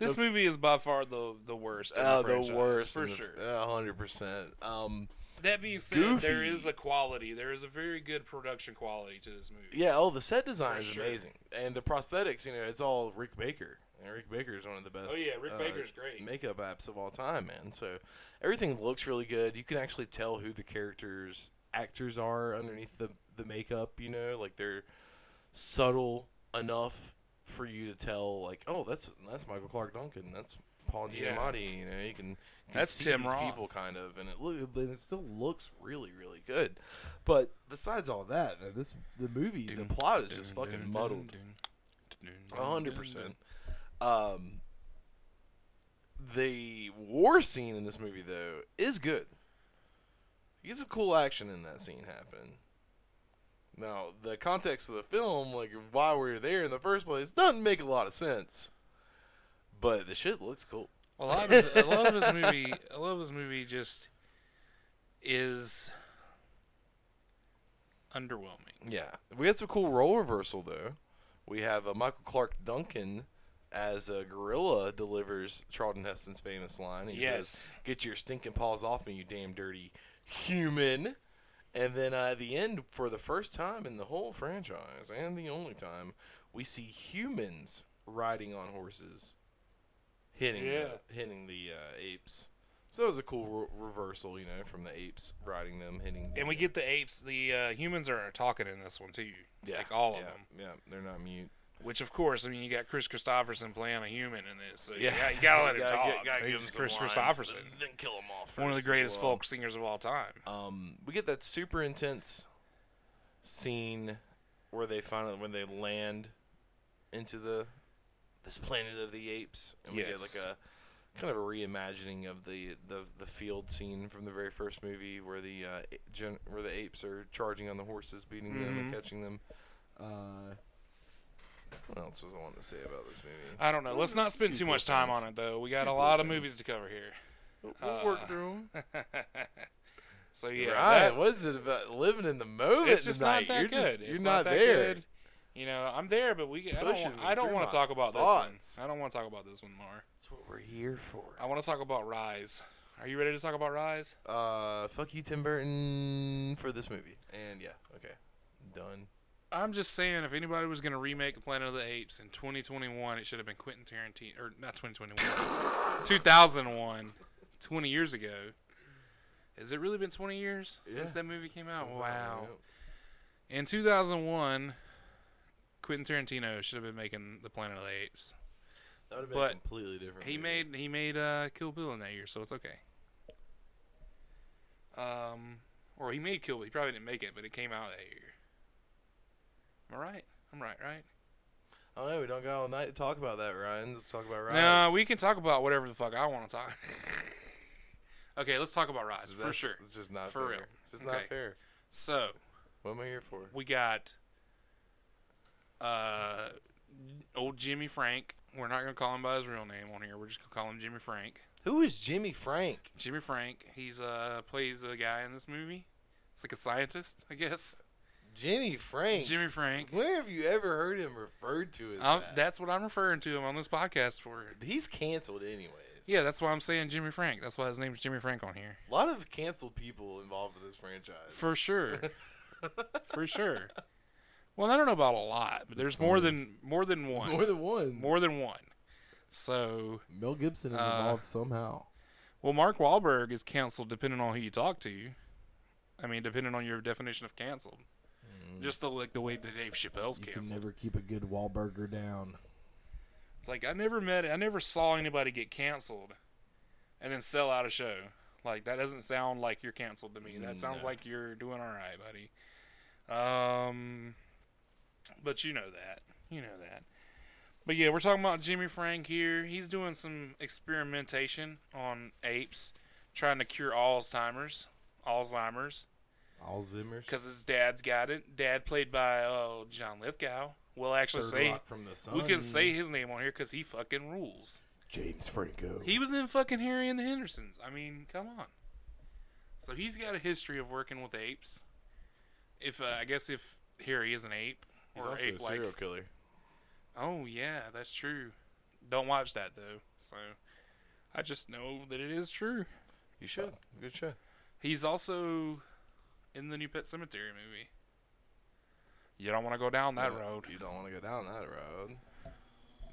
This movie is by far the the worst. in Oh, Uh, the, uh, the franchise, worst for in the- sure. a hundred percent. Um, That being said, Goofy. there is a quality. There is a very good production quality to this movie. yeah. Oh, the set design is sure. amazing, and the prosthetics. You know, it's all Rick Baker, and Rick Baker is one of the best. Oh, yeah, Rick uh, Baker's great. Makeup apps of all time, man. So everything looks really good. You can actually tell who the characters actors are underneath the the makeup. You know, like they're subtle enough for you to tell, like, oh, that's that's Michael Clark Duncan. That's Paul Yeah. Giamatti. You know, you can, you can That's see Tim these Roth. people kind of, and it look, and it still looks really, really good. But besides all that, man, this the movie, the plot is just fucking muddled, a hundred percent. Um, the war scene in this movie though is good. You get some cool action in that scene happen. Now, the context of the film, like why we were there in the first place, doesn't make a lot of sense. But the shit looks cool. A lot of I love this movie. I love this movie. Just is underwhelming. Yeah, we had some cool role reversal though. We have uh, Michael Clark Duncan as a gorilla delivers Charlton Heston's famous line. He Yes. says, "Get your stinking paws off me, you damn dirty human." And then uh, at the end, for the first time in the whole franchise and the only time, we see humans riding on horses, hitting Yeah. the, hitting the uh, apes. So it was a cool re- reversal, you know, from the apes riding them, hitting. And we get the apes. The uh, humans are talking in this one too. like all of yeah, them. Yeah, they're not mute. Which of course, I mean, you got Chris Christopherson playing a human in this. So yeah, Yeah. you gotta let You him gotta talk. get- gotta give He's him some Chris lines, Christopherson, but Then kill him off. one of the first as greatest well. folk singers of all time. Um, we get that super intense scene where they finally when they land into the this planet of the apes, and we Yes. get like a kind of a reimagining of the the, the field scene from the very first movie where the uh, a- gen, where the apes are charging on the horses, beating them Mm-hmm. and catching them. Uh, what else was I wanting to say about this movie? I don't know. Let's not spend too much time on it though. We got a lot of movies to cover here. We'll work through 'em. So yeah, right. that- what is it about living in the moment? it's just tonight? not that you're good. Just, It's you're not, that there. good. You know, I'm there, but we. I don't. Pushing wa- me I don't through want my to talk about thoughts. this one. I don't want to talk about this one more. That's what we're here for. I want to talk about Rise. Are you ready to talk about Rise? Uh, fuck you, Tim Burton, for this movie. And yeah, okay, done. I'm just saying, if anybody was going to remake Planet of the Apes in 2021, it should have been Quentin Tarantino, or not 2021, 2001, 20 years ago. Has it really been 20 years since Yeah. that movie came out? Oh, Wow. In 2001, Quentin Tarantino should have been making the Planet of the Apes. That would have been But a completely different. He movie. made he made uh, Kill Bill in that year, so it's okay. Um, or he made Kill Bill. He probably didn't make it, but it came out that year. Am I right? I'm right, right? Oh no, we don't got all night to talk about that, Ryan. Let's talk about Rise. No, we can talk about whatever the fuck I want to talk. okay, let's talk about Rise That's- for sure. It's just not For fair. real. It's just not Okay. fair. So What am I here for? we got uh old Jimmy Frank. We're not gonna call him by his real name on here. We're just gonna call him Jimmy Frank. Who is Jimmy Frank? Jimmy Frank. He's uh plays a guy in this movie. It's like a scientist, I guess. Jimmy Frank. Jimmy Frank. Where have you ever heard him referred to as I'm, that? that's what I'm referring to him on this podcast for. He's canceled, anyways. Yeah, that's why I'm saying Jimmy Frank. That's why his name's Jimmy Frank on here. A lot of canceled people involved with this franchise. For sure. For sure. Well, I don't know about a lot, but there's more than more than one. More than one. More Uh, than one. So, Mel Gibson is involved somehow. well, Mark Wahlberg is canceled depending on who you talk to. I mean, depending on your definition of canceled. Just the like the way that Dave Chappelle's You can canceled. never keep a good Wahlburger down. It's like I never met, I never saw anybody get canceled, and then sell out a show. Like that doesn't sound like you're canceled to me. That sounds like you're doing all right, buddy. Um, but you know that, you know that. But yeah, we're talking about Jimmy Frank here. He's doing some experimentation on apes, trying to cure Alzheimer's. Alzheimer's, All Zimmers. because his dad's got it. Dad played by oh John Lithgow. We'll actually Third say Rock from the Sun. we can say his name on here because he fucking rules. James Franco. He was in fucking Harry and the Hendersons. I mean, come on. So he's got a history of working with apes. If uh, I guess if Harry is an ape He's or also a ape like, serial killer. oh yeah, that's true. Don't watch that though. So I just know that it is true. You should. Good show. He's also in the new Pet Cemetery movie. You don't want to go down that road. You don't want to go down that road.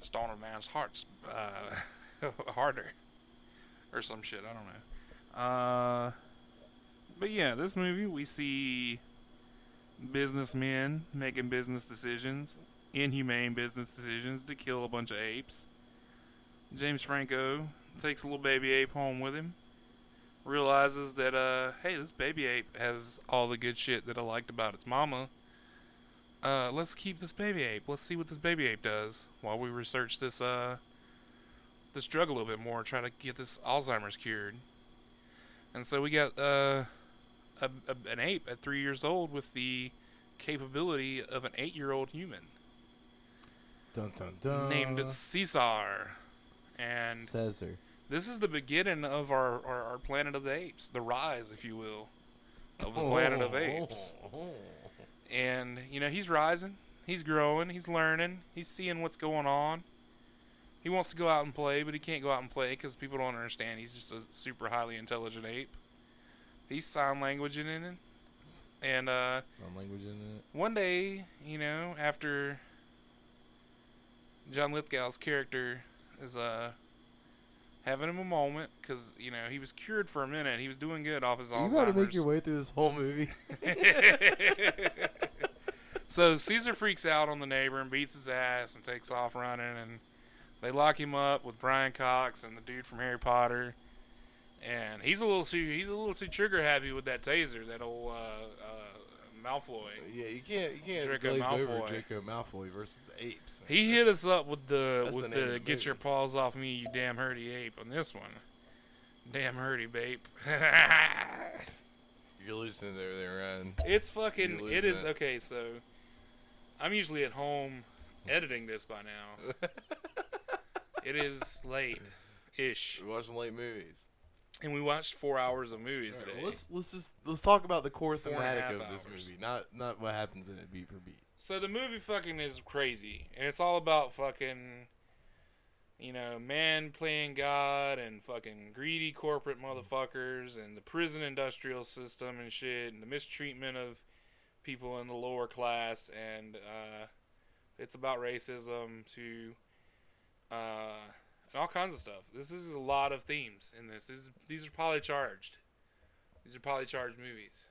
Stoner Man's Heart's uh, Harder or some shit. I don't know. Uh, but yeah, this movie we see businessmen making business decisions, inhumane business decisions to kill a bunch of apes. James Franco takes a little baby ape home with him. Realizes that uh, hey, this baby ape has all the good shit that I liked about its mama uh, let's keep this baby ape. Let's see what this baby ape does while we research this uh this drug a little bit more, try to get this Alzheimer's cured. And so we got uh a, a, an ape at three years old with the capability of an eight-year-old human Dun dun dun. named Caesar, and Caesar. this is the beginning of our, our, our Planet of the Apes, the rise, if you will, of the Planet of Apes. And you know he's rising, he's growing, he's learning, he's seeing what's going on. He wants to go out and play, but he can't go out and play because people don't understand. He's just a super highly intelligent ape. He's sign language in it, and uh, Sound language in it. one day, you know, after John Lithgow's character is uh having him a moment because you know he was cured for a minute, he was doing good off his You Alzheimer's. got to make your way through this whole movie. so Caesar freaks out on the neighbor and beats his ass and takes off running, and they lock him up with Brian Cox and the dude from Harry Potter. And he's a little too he's a little too trigger happy with that taser, that old uh, uh, Malfoy. yeah, you can't you can't Draco glaze over Malfoy. Draco Malfoy versus the apes. He hit us up with the that's with the the, name of the get your movie. paws off me, you damn hurdy ape on this one. Damn hurdy bape. You're losing there, there, Ryan. it's You fucking lose it is that. okay, so I'm usually at home editing this by now. it is late ish. We watch some late movies. And we watched four hours of movies Alright, today. let's let's just let's talk about the core and a half thematic of this hours. movie, not not what happens in it beat for beat. So the movie fucking is crazy, and it's all about fucking, you know, man playing God and fucking greedy corporate motherfuckers and the prison industrial system and shit and the mistreatment of people in the lower class and uh, it's about racism to uh, and all kinds of stuff. This is a lot of themes in this. These these are polycharged. These are polycharged movies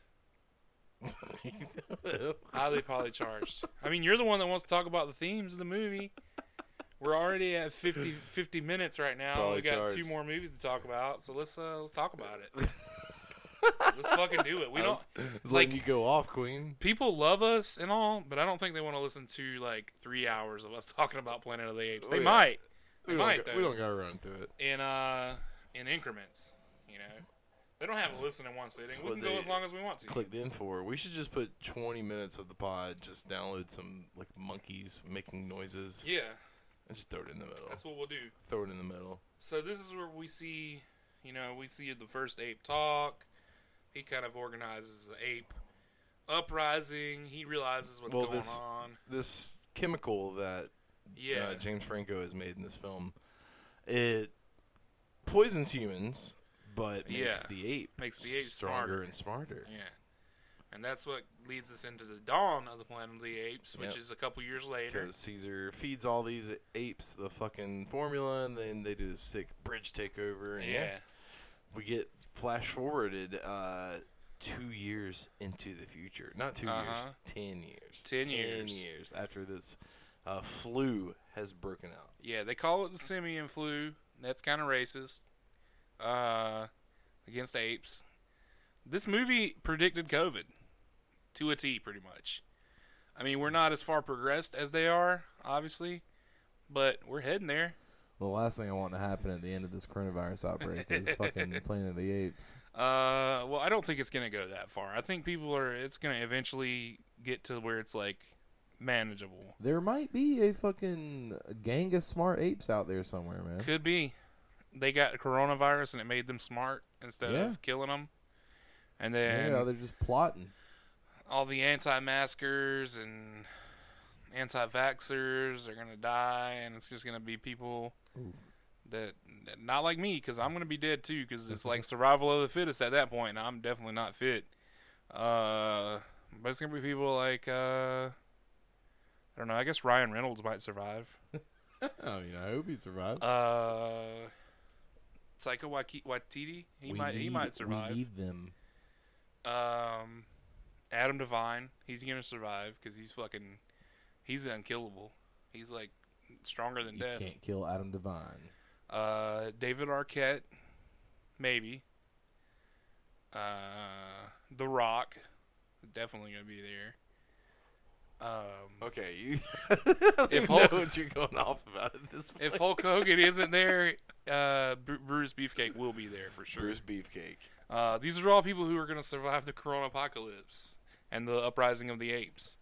highly polycharged. I mean, you're the one that wants to talk about the themes of the movie. We're already at 50, 50 minutes right now. we got Polycharged. two more movies to talk about, so let's uh, let's talk about it. let's fucking do it. We don't It's like- like you go off, Queen. people love us and all, but I don't think they want to listen to like three hours of us talking about Planet of the Apes. They Oh, yeah. might, they We don't, might go- though, we don't gotta run through it. in uh in increments. You know, they don't have to listen in one sitting. We what can go they- as long as we want to. Clicked in for. We should just put 20 minutes of the pod. Just download some like monkeys making noises Yeah, and just throw it in the middle. that's what we'll do. throw it in the middle. so this is where we see you know we see the first ape talk he kind of organizes the ape uprising he realizes what's Well, going this- uh, on This chemical that yeah uh, James Franco has made in this film, it poisons humans, but makes Yeah. the ape Makes the ape smarter. stronger and smarter. yeah and that's what leads us into the dawn of the planet of the apes which Yep. is a couple years later Because Caesar feeds all these apes the fucking formula, and then they do this sick bridge takeover. And yeah. we get flash forwarded uh, two years into the future. Not 2 years, Uh-huh. ten years. 10 years. years after this uh, flu has broken out. yeah they call it the simian flu that's kind of racist uh against apes this movie predicted covid to a t pretty much i mean we're not as far progressed as they are obviously but we're heading there The last thing I want to happen at the end of this coronavirus outbreak is fucking Planet of the Apes. Uh, well, I don't think it's gonna go that far. I think people are. It's gonna eventually get to where it's like manageable. There might be a fucking gang of smart apes out there somewhere, man. Could be. They got coronavirus and it made them smart instead Yeah. of killing them. And then Yeah, they're just plotting. all the anti-maskers and anti-vaxxers are gonna die, and it's just gonna be people that that- not like me because I'm gonna be dead too because it's like survival of the fittest at that point, and I'm definitely not fit. Uh, but it's gonna be people like uh, I don't know. I guess Ryan Reynolds might survive. Oh, I mean, I hope he survives. Uh, Psycho Waiki- Waititi, he might he might survive. We need them. Um, Adam Devine, he's gonna survive because he's fucking, he's unkillable. He's like stronger than You death. can't kill Adam Devine. Uh, David Arquette, maybe. Uh, The Rock, definitely gonna be there. Um, Okay, you If if Hulk- know what you're going off about at this point. if Hulk Hogan isn't there, uh, Bru- Bruce Beefcake will be there for sure. Bruce Beefcake. Uh, these are all people who are gonna survive the Corona apocalypse. and the uprising of the apes.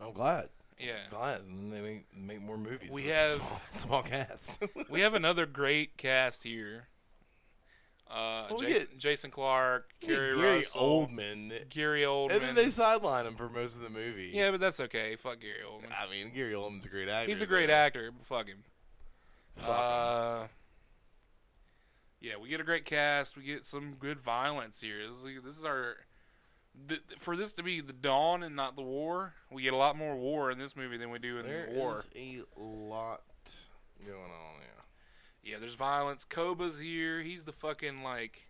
I'm glad. Yeah, Glad. And then they make, make more movies. We with have- small, small cast. we have another great cast here. Uh, Well, we Jason, Jason Clark, Gary, Gary Russell, Oldman. Gary Oldman. And then they sideline him for most of the movie. yeah, but that's okay. Fuck Gary Oldman. I mean, Gary Oldman's a great actor. He's a great but- actor, but fuck him. Fuck him. Uh, yeah, we get a great cast. We get some good violence here. This is, this is our th- for this to be the dawn and not the war. We get a lot more war in this movie than we do in There the war. is a lot going on. Yeah. Yeah, there's violence. Koba's here. He's the fucking like,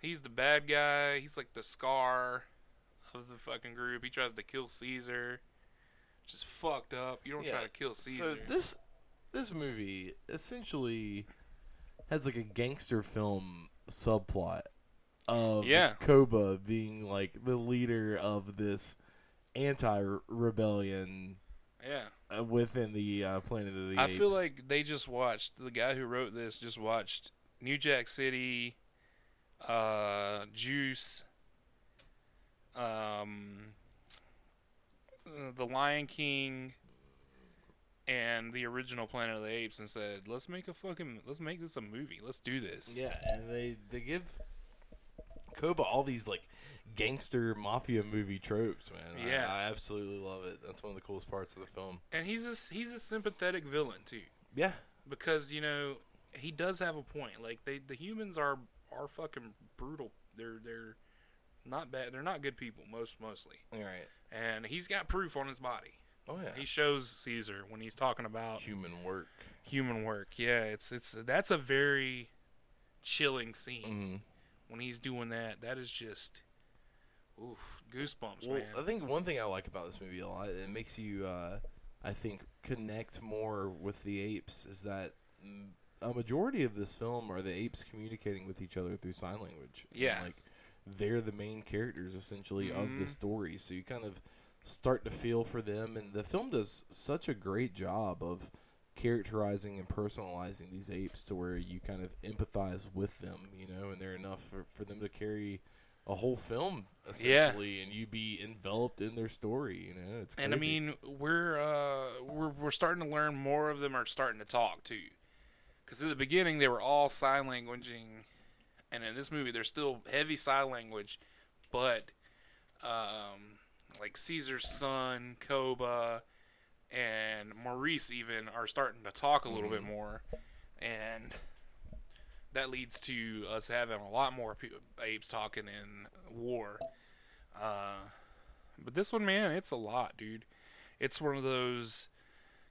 he's the bad guy. He's like the scar of the fucking group. He tries to kill Caesar, which is fucked up. You don't Yeah, try to kill Caesar. So this this movie essentially has like a gangster film subplot of Yeah. Koba being like the leader of this anti-rebellion yeah. uh, within the uh, Planet of the I Apes. feel like they just watched the guy who wrote this just watched New Jack City, uh, Juice, um, uh, The Lion King, and the original Planet of the Apes, and said, "Let's make a fucking let's make this a movie. Let's do this." yeah, and they they give Koba all these like gangster mafia movie tropes, man. I- Yeah. I absolutely love it. That's one of the coolest parts of the film. and he's a, s- he's a sympathetic villain too. Yeah. because you know he does have a point. Like they, the humans are are fucking brutal. They're they're not bad. They're not good people most mostly. All right. And he's got proof on his body. Oh yeah. He shows Caesar when he's talking about Human work. human work. Yeah, it's it's that's a very chilling scene when he's doing that. That is just oof goosebumps, Well, man. I think one thing I like about this movie a lot, it makes you, uh, I think, connect more with the apes, is that mm, a majority of this film are the apes communicating with each other through sign language. And, Yeah. like, they're the main characters, essentially, Mm-hmm. of the story. So you kind of start to feel for them. And the film does such a great job of characterizing and personalizing these apes to where you kind of empathize with them, you know, and they're enough for, for them to carry a whole film essentially and you be enveloped in their story you know it's crazy. And I mean, we're uh, we're we're starting to learn more of them are starting to talk too, because at the beginning they were all sign languaging, and in this movie they're still heavy sign language, but um, like Caesar's son Koba and Maurice even are starting to talk a little bit more, and that leads to us having a lot more pe- apes talking in war. Uh, but this one, man, it's a lot, dude. It's one of those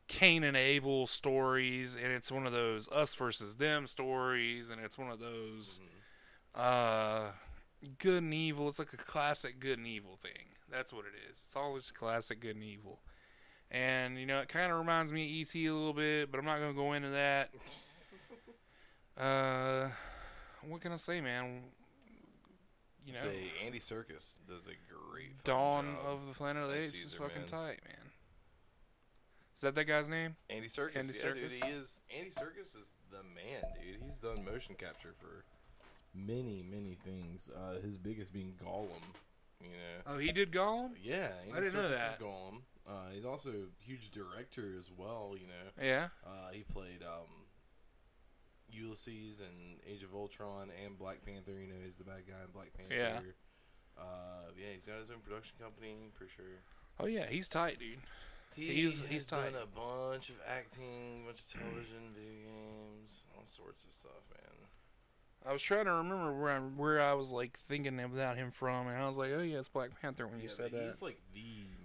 Cain and Abel stories, and it's one of those us versus them stories, and it's one of those uh, good and evil. It's like a classic good and evil thing. That's what it is. It's always classic good and evil. And you know, it kind of reminds me of ET a little bit, but I'm not gonna go into that. Uh, what can I say, man? You know, say andy circus does a great fucking Dawn job. of the Planet of the That's Apes is Caesar, fucking man. tight, man. Is that that guy's name? andy circus Andy yeah, Serkis. dude, he is andy circus is the man dude he's done motion capture for many many things uh his biggest being gollum you know Oh, he did Gollum. yeah andy didn't know circus is that. gollum uh he's also a huge director as well you know Yeah. Uh, he played um, Ulysses and Age of Ultron and Black Panther. You know, he's the bad guy in Black Panther. Yeah. Uh, yeah, he's got his own production company, pretty sure. Oh yeah, he's tight, dude. He He's- has he's done tight. a bunch of acting, bunch of television, video games, all sorts of stuff, man. I was trying to remember where I, where I was like thinking about him from, and I was like, oh yeah, it's Black Panther when you Yeah, said but that. he's like the.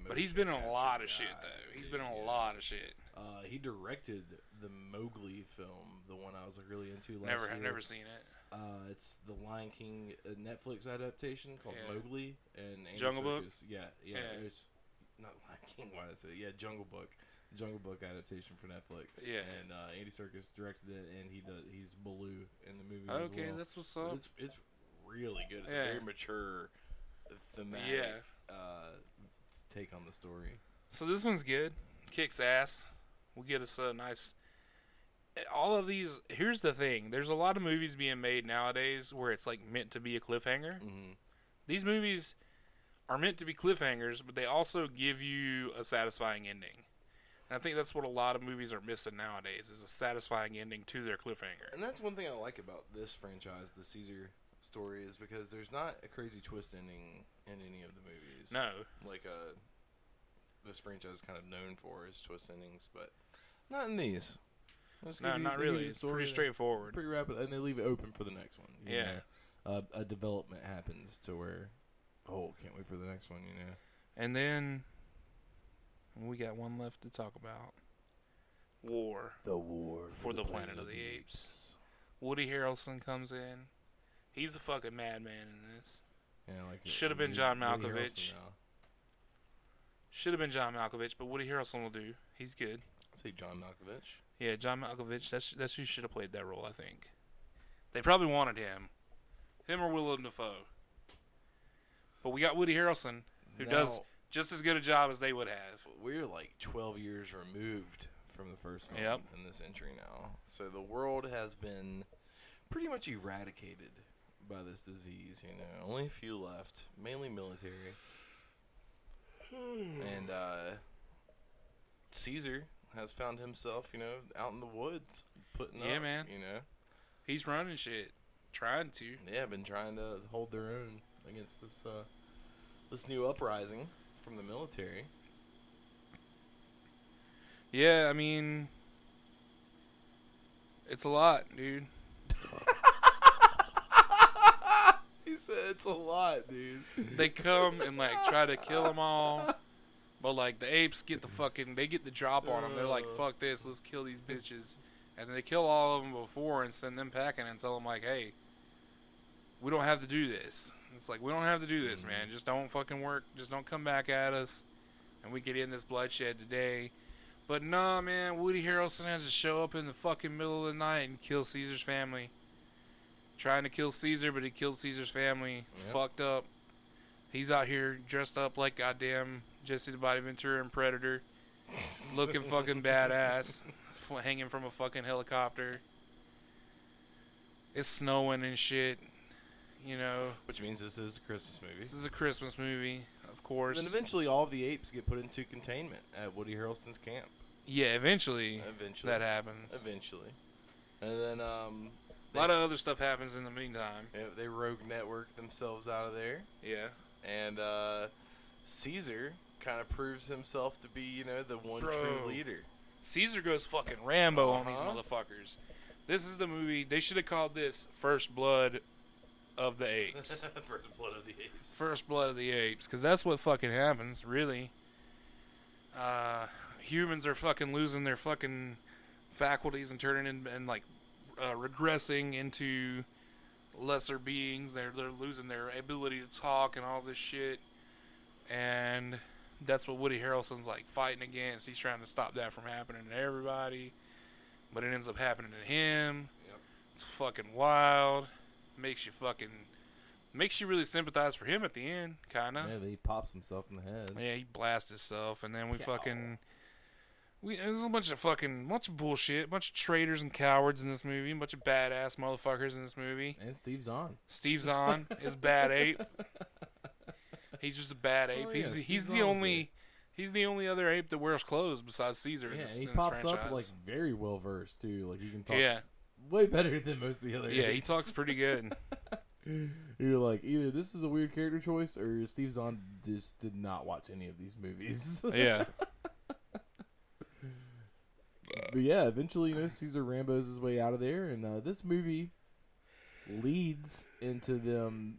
but he's been in a motion lot capture of shit guy, though. He's dude, been in a yeah. lot of shit. Uh, he directed the Mowgli film, the one I was like really into last Never, year. I've never seen it. Uh, it's the Lion King uh, Netflix adaptation called Yeah. Mowgli and Andy Jungle Book? Serkis. Yeah, yeah, Yeah. It's not Lion King. Why did I say? Yeah, Jungle Book. Jungle Book adaptation for Netflix. Yeah. and uh, Andy Serkis directed it, and he does. He's Baloo in the movie. as Okay, well. that's what's up. It's it's really good. It's Yeah. a very mature, thematic Yeah. uh, take on the story. So this one's good. Kicks ass. We'll get us a nice. All of these. Here's the thing. There's a lot of movies Mm-hmm. being made nowadays where it's like meant to be a cliffhanger. These movies are meant to be cliffhangers, but they also give you a satisfying ending. And I think that's what a lot of movies are missing nowadays is a satisfying ending to their cliffhanger. And that's one thing I like about this franchise, the Caesar story, is because there's not a crazy twist ending in any of the movies. No. Like uh, this franchise is kind of known for is twist endings, but not in these. They just No, give you- not they give you really. the It's story pretty and- straightforward. Pretty rapid, and they leave it open for the next one. you Yeah. know? Uh, a development happens to where, oh, can't wait for the next one, you know? And then we got one left to talk about. War The war for the planet of the apes. Woody Harrelson comes in. He's a fucking madman in this. Yeah, like Should've been Woody- John Woody Malkovich. Harrelson now. Should have been John Malkovich, but Woody Harrelson will do. He's good. I'd say John Malkovich. Yeah, John Malkovich. That's that's who should have played that role. I think they probably wanted him, him or Willem Dafoe. But we got Woody Harrelson, who does Now- just as good a job as they would have. we're like 12 years removed from the first film Yep. in this entry now. So the world has been pretty much eradicated by this disease, you know. Only a few left, mainly military. Hmm. and uh Caesar has found himself, you know, out in the woods putting Yeah, up, man. you know. He's running shit, trying to. Yeah, been trying to hold their own against this uh this new uprising from the military. Yeah, I mean, it's a lot, dude. He said it's a lot, dude. They come and like try to kill them all, but like the apes get the fucking they get the drop on them. They're like, "Fuck this, let's kill these bitches," and then they kill all of them before and send them packing and tell them like, "Hey, we don't have to do this." It's like we don't have to do this, man. Just don't fucking work. Just don't come back at us, and we could end this bloodshed today. But nah, man, Woody Harrelson has to show up in the fucking middle of the night and kill Caesar's family. Trying to kill Caesar, but he killed Caesar's family. It's Yep. Fucked up. He's out here dressed up like goddamn Jesse the Body Ventura and Predator, looking fucking badass, f- hanging from a fucking helicopter. It's snowing and shit. You know, Which means this is a Christmas movie. this is a Christmas movie, of And then course. eventually, all of the apes get put into containment at Woody Harrelson's camp. Yeah, eventually, Eventually. that happens. Eventually. And then um, A lot of other stuff happens in the meantime. yeah, they rogue network themselves out of there. Yeah. And uh, Caesar kind of proves himself to be, you know, the one Bro. true leader. Caesar goes fucking Rambo on these Uh-huh. motherfuckers. This is the movie. They should have called this First Blood of the Apes. First blood of the apes. First Blood of the Apes, because that's what fucking happens, really. Uh, humans are fucking losing their fucking faculties and turning in, and like uh, regressing into lesser beings. They're they're losing their ability to talk and all this shit, and that's what Woody Harrelson's like fighting against. He's trying to stop that from happening to everybody, but it ends up happening to him. It's fucking wild. Makes you fucking makes you really sympathize for him at the end, kind of. Yeah, he pops himself in the head. Yeah, he blasts himself, and then we fucking. We, there's a bunch of fucking, bunch of bullshit, bunch of traitors and cowards in this movie, bunch of badass motherfuckers in this movie. And Steve's on. Steve Zahn is bad ape. He's just a bad ape. Oh, he's yeah, the, he's Steve the Zahn's only, he's the only other ape that wears clothes besides Caesar. in Yeah, this, and he in this pops up like franchise. very well versed too. Like he can talk yeah, way better than most of the other. yeah, he apes. talks pretty good. You're like either this is a weird character choice or Steve Zahn just did not watch any of these movies. yeah, But yeah, eventually, you know, Caesar Rambo's his way out of there, and uh, this movie leads into them.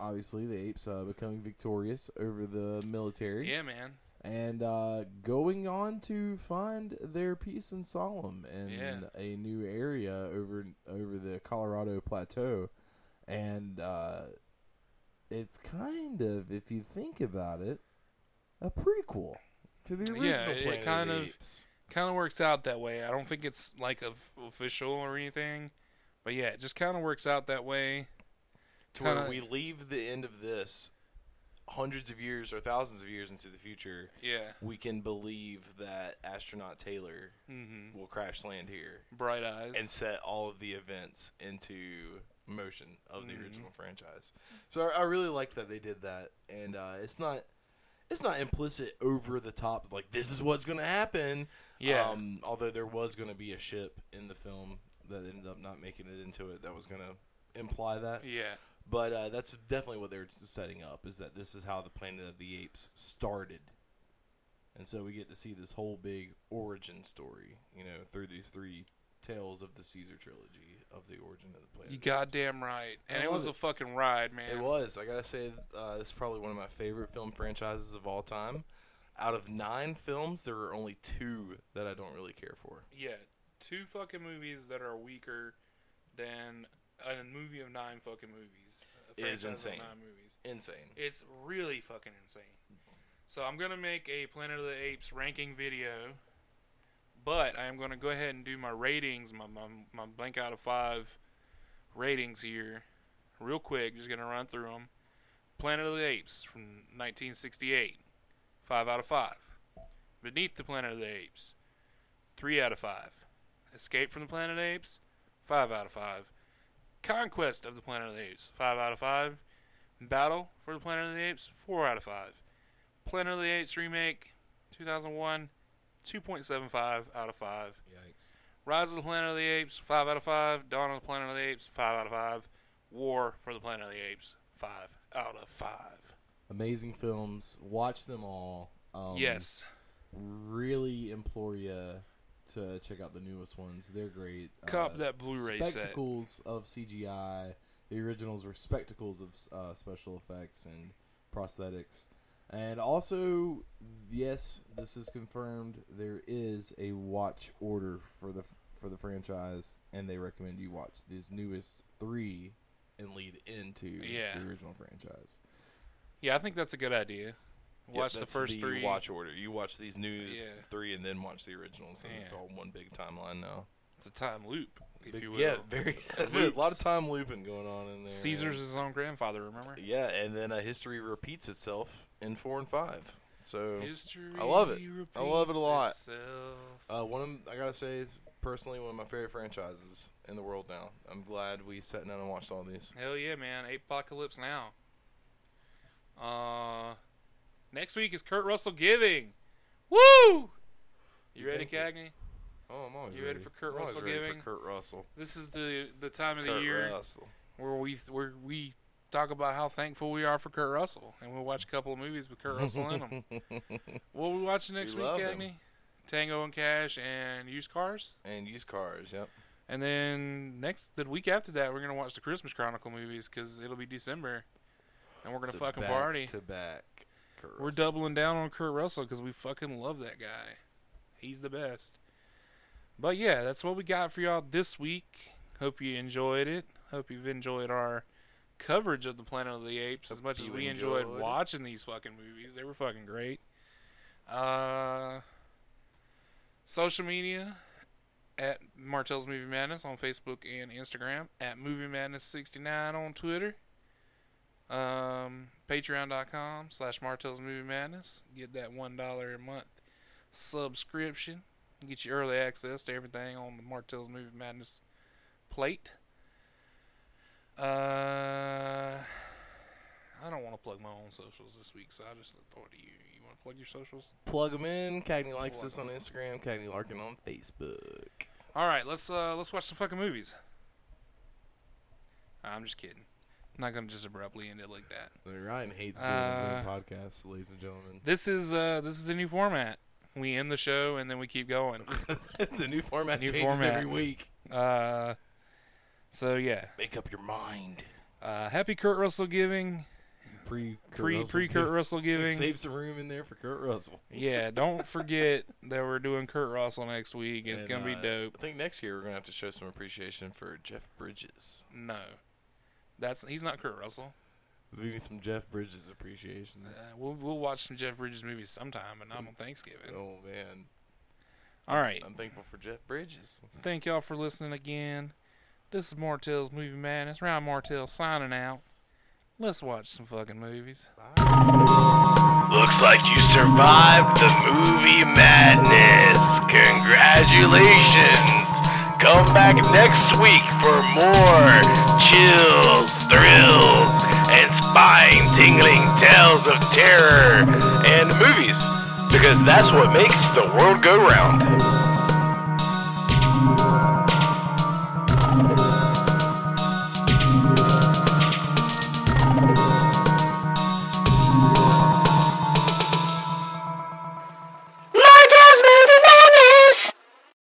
Obviously, the apes uh, becoming victorious over the military, yeah, man. and uh, going on to find their peace in Solemn in Yeah. a new area over over the Colorado Plateau, and uh, it's kind of, if you think about it, a prequel to the original. Yeah, it- Planet it kind the of. Apes. kind of works out that way. I don't think it's like of official or anything, but yeah, it just kind of works out that way. To where kinda- we leave the end of this hundreds of years or thousands of years into the future. Yeah, we can believe that astronaut Taylor Mm-hmm. will crash land here bright eyes. and set all of the events into motion of the original franchise. So I, I really like that they did that, and uh, it's not it's not implicit over the top like this is what's gonna happen. Yeah. Um, although there was gonna be a ship in the film that ended up not making it into it that was gonna imply that. Yeah. But uh, that's definitely what they're setting up is that this is how the Planet of the Apes started. And so we get to see this whole big origin story, you know, through these three tales of the Caesar trilogy of the origin of the planet. You of the Apes. goddamn right. And I it love was it. a fucking ride, man. It was. I gotta say, uh, this is probably one of my favorite film franchises of all time. Out of nine films, there are only two that I don't really care for. Yeah. Two fucking movies that are weaker than a movie of nine fucking movies. A It franchise is of insane. Nine movies. Insane. It's really fucking insane. So I'm gonna make a Planet of the Apes ranking video, but I am gonna go ahead and do my ratings, my my, my blank out of five ratings here, real quick. Just gonna run through them. Planet of the Apes from 1968, five out of five. Beneath the Planet of the Apes, three out of five. Escape from the Planet of the Apes, five out of five. Conquest of the Planet of the Apes, five out of five. Battle for the Planet of the Apes, 4 out of 5. Planet of the Apes Remake, 2001, 2.75 out of 5. Yikes. Rise of the Planet of the Apes, 5 out of 5. Dawn of the Planet of the Apes, 5 out of 5. War for the Planet of the Apes, 5 out of 5. Amazing films. Watch them all. Um, yes. Really implore you to check out the newest ones. They're great. Uh, Cop that Blu-ray set. Spectacles of CGI. The originals were spectacles of uh, special effects and prosthetics. And also, yes, this is confirmed. There is a watch order for the for the franchise, and they recommend you watch these newest three and lead into Yeah. the original franchise. Yeah, I think that's a good idea. Watch the that's first three. Watch order. You watch these new Yeah. three and then watch the originals, and it's Yeah. all one big timeline now. It's a time loop, if Big- you will. yeah, very a lot of Loops. time looping going on in there. Caesar's his own grandfather, remember? Yeah, and then uh, history repeats itself in four and five. So History I love it. I love it repeats a lot. itself. Uh, one of 'em- I gotta say is personally one of my favorite franchises in the world now. I'm glad we sat down and watched all these. Hell yeah, man. Apocalypse now. Uh next week is Kurt Russell giving. Woo! You ready, think it- Cagney? Oh, I'm always You ready for Kurt I'm always Russell ready giving? For Kurt Russell. This is the the time of the Kurt year Russell. where we where we talk about how thankful we are for Kurt Russell, and we'll watch a couple of movies with Kurt Russell in them. what are we watching next We week, love Cagney? him. Tango and Cash and Used Cars. And used cars. Yep. And then next the week after that, we're gonna watch the Christmas Chronicle movies because it'll be December, and we're gonna So fucking back party. to back. Kurt We're Russell. doubling down on Kurt Russell because we fucking love that guy. He's the best. But yeah, that's what we got for y'all this week. Hope you enjoyed it. Hope you've enjoyed our coverage of the Planet of the Apes as much as you we enjoyed, enjoyed it. watching these fucking movies. They were fucking great. Uh, social media at Martell's Movie Madness on Facebook and Instagram, at Movie Madness69 on Twitter. Um, Patreon.com slash Martell's Movie Madness. Get that $1 a month subscription. Get you early access to everything on the Martell's Movie Madness plate. Uh, I don't want to plug my own socials this week, so I just thought to you. You want to plug your socials? plug them in. Cagney likes Plug us 'em. on Instagram. Cagney Larkin on Facebook. All right, let's uh let's watch some fucking movies. I'm just kidding. I'm not gonna just abruptly end it like that. Ryan hates doing his own podcast, ladies and gentlemen. This is uh this is the new format. We end the show and then we keep going. the new format New changes format. every week. Uh, so yeah. Make up your mind. Uh, happy Kurt Russell giving. Pre Pre pre Kurt Russell giving. Save some room in there for Kurt Russell. Yeah, don't forget that we're doing Kurt Russell next week. It's And, gonna be uh, dope. I think next year we're gonna have to show some appreciation for Jeff Bridges. No, that's he's not Kurt Russell. 'Cause We need some Jeff Bridges appreciation. Uh, we'll we'll watch some Jeff Bridges movies sometime, but not on Thanksgiving. Oh man, All right. I'm thankful for Jeff Bridges. Thank y'all for listening again. This is Martell's Movie Madness. Ryan Martell signing out. Let's watch some fucking movies. Looks like you survived the movie madness. Congratulations. Come back next week for more chills, thrills, and spine tingling tales of terror and movies, because that's what makes the world go round.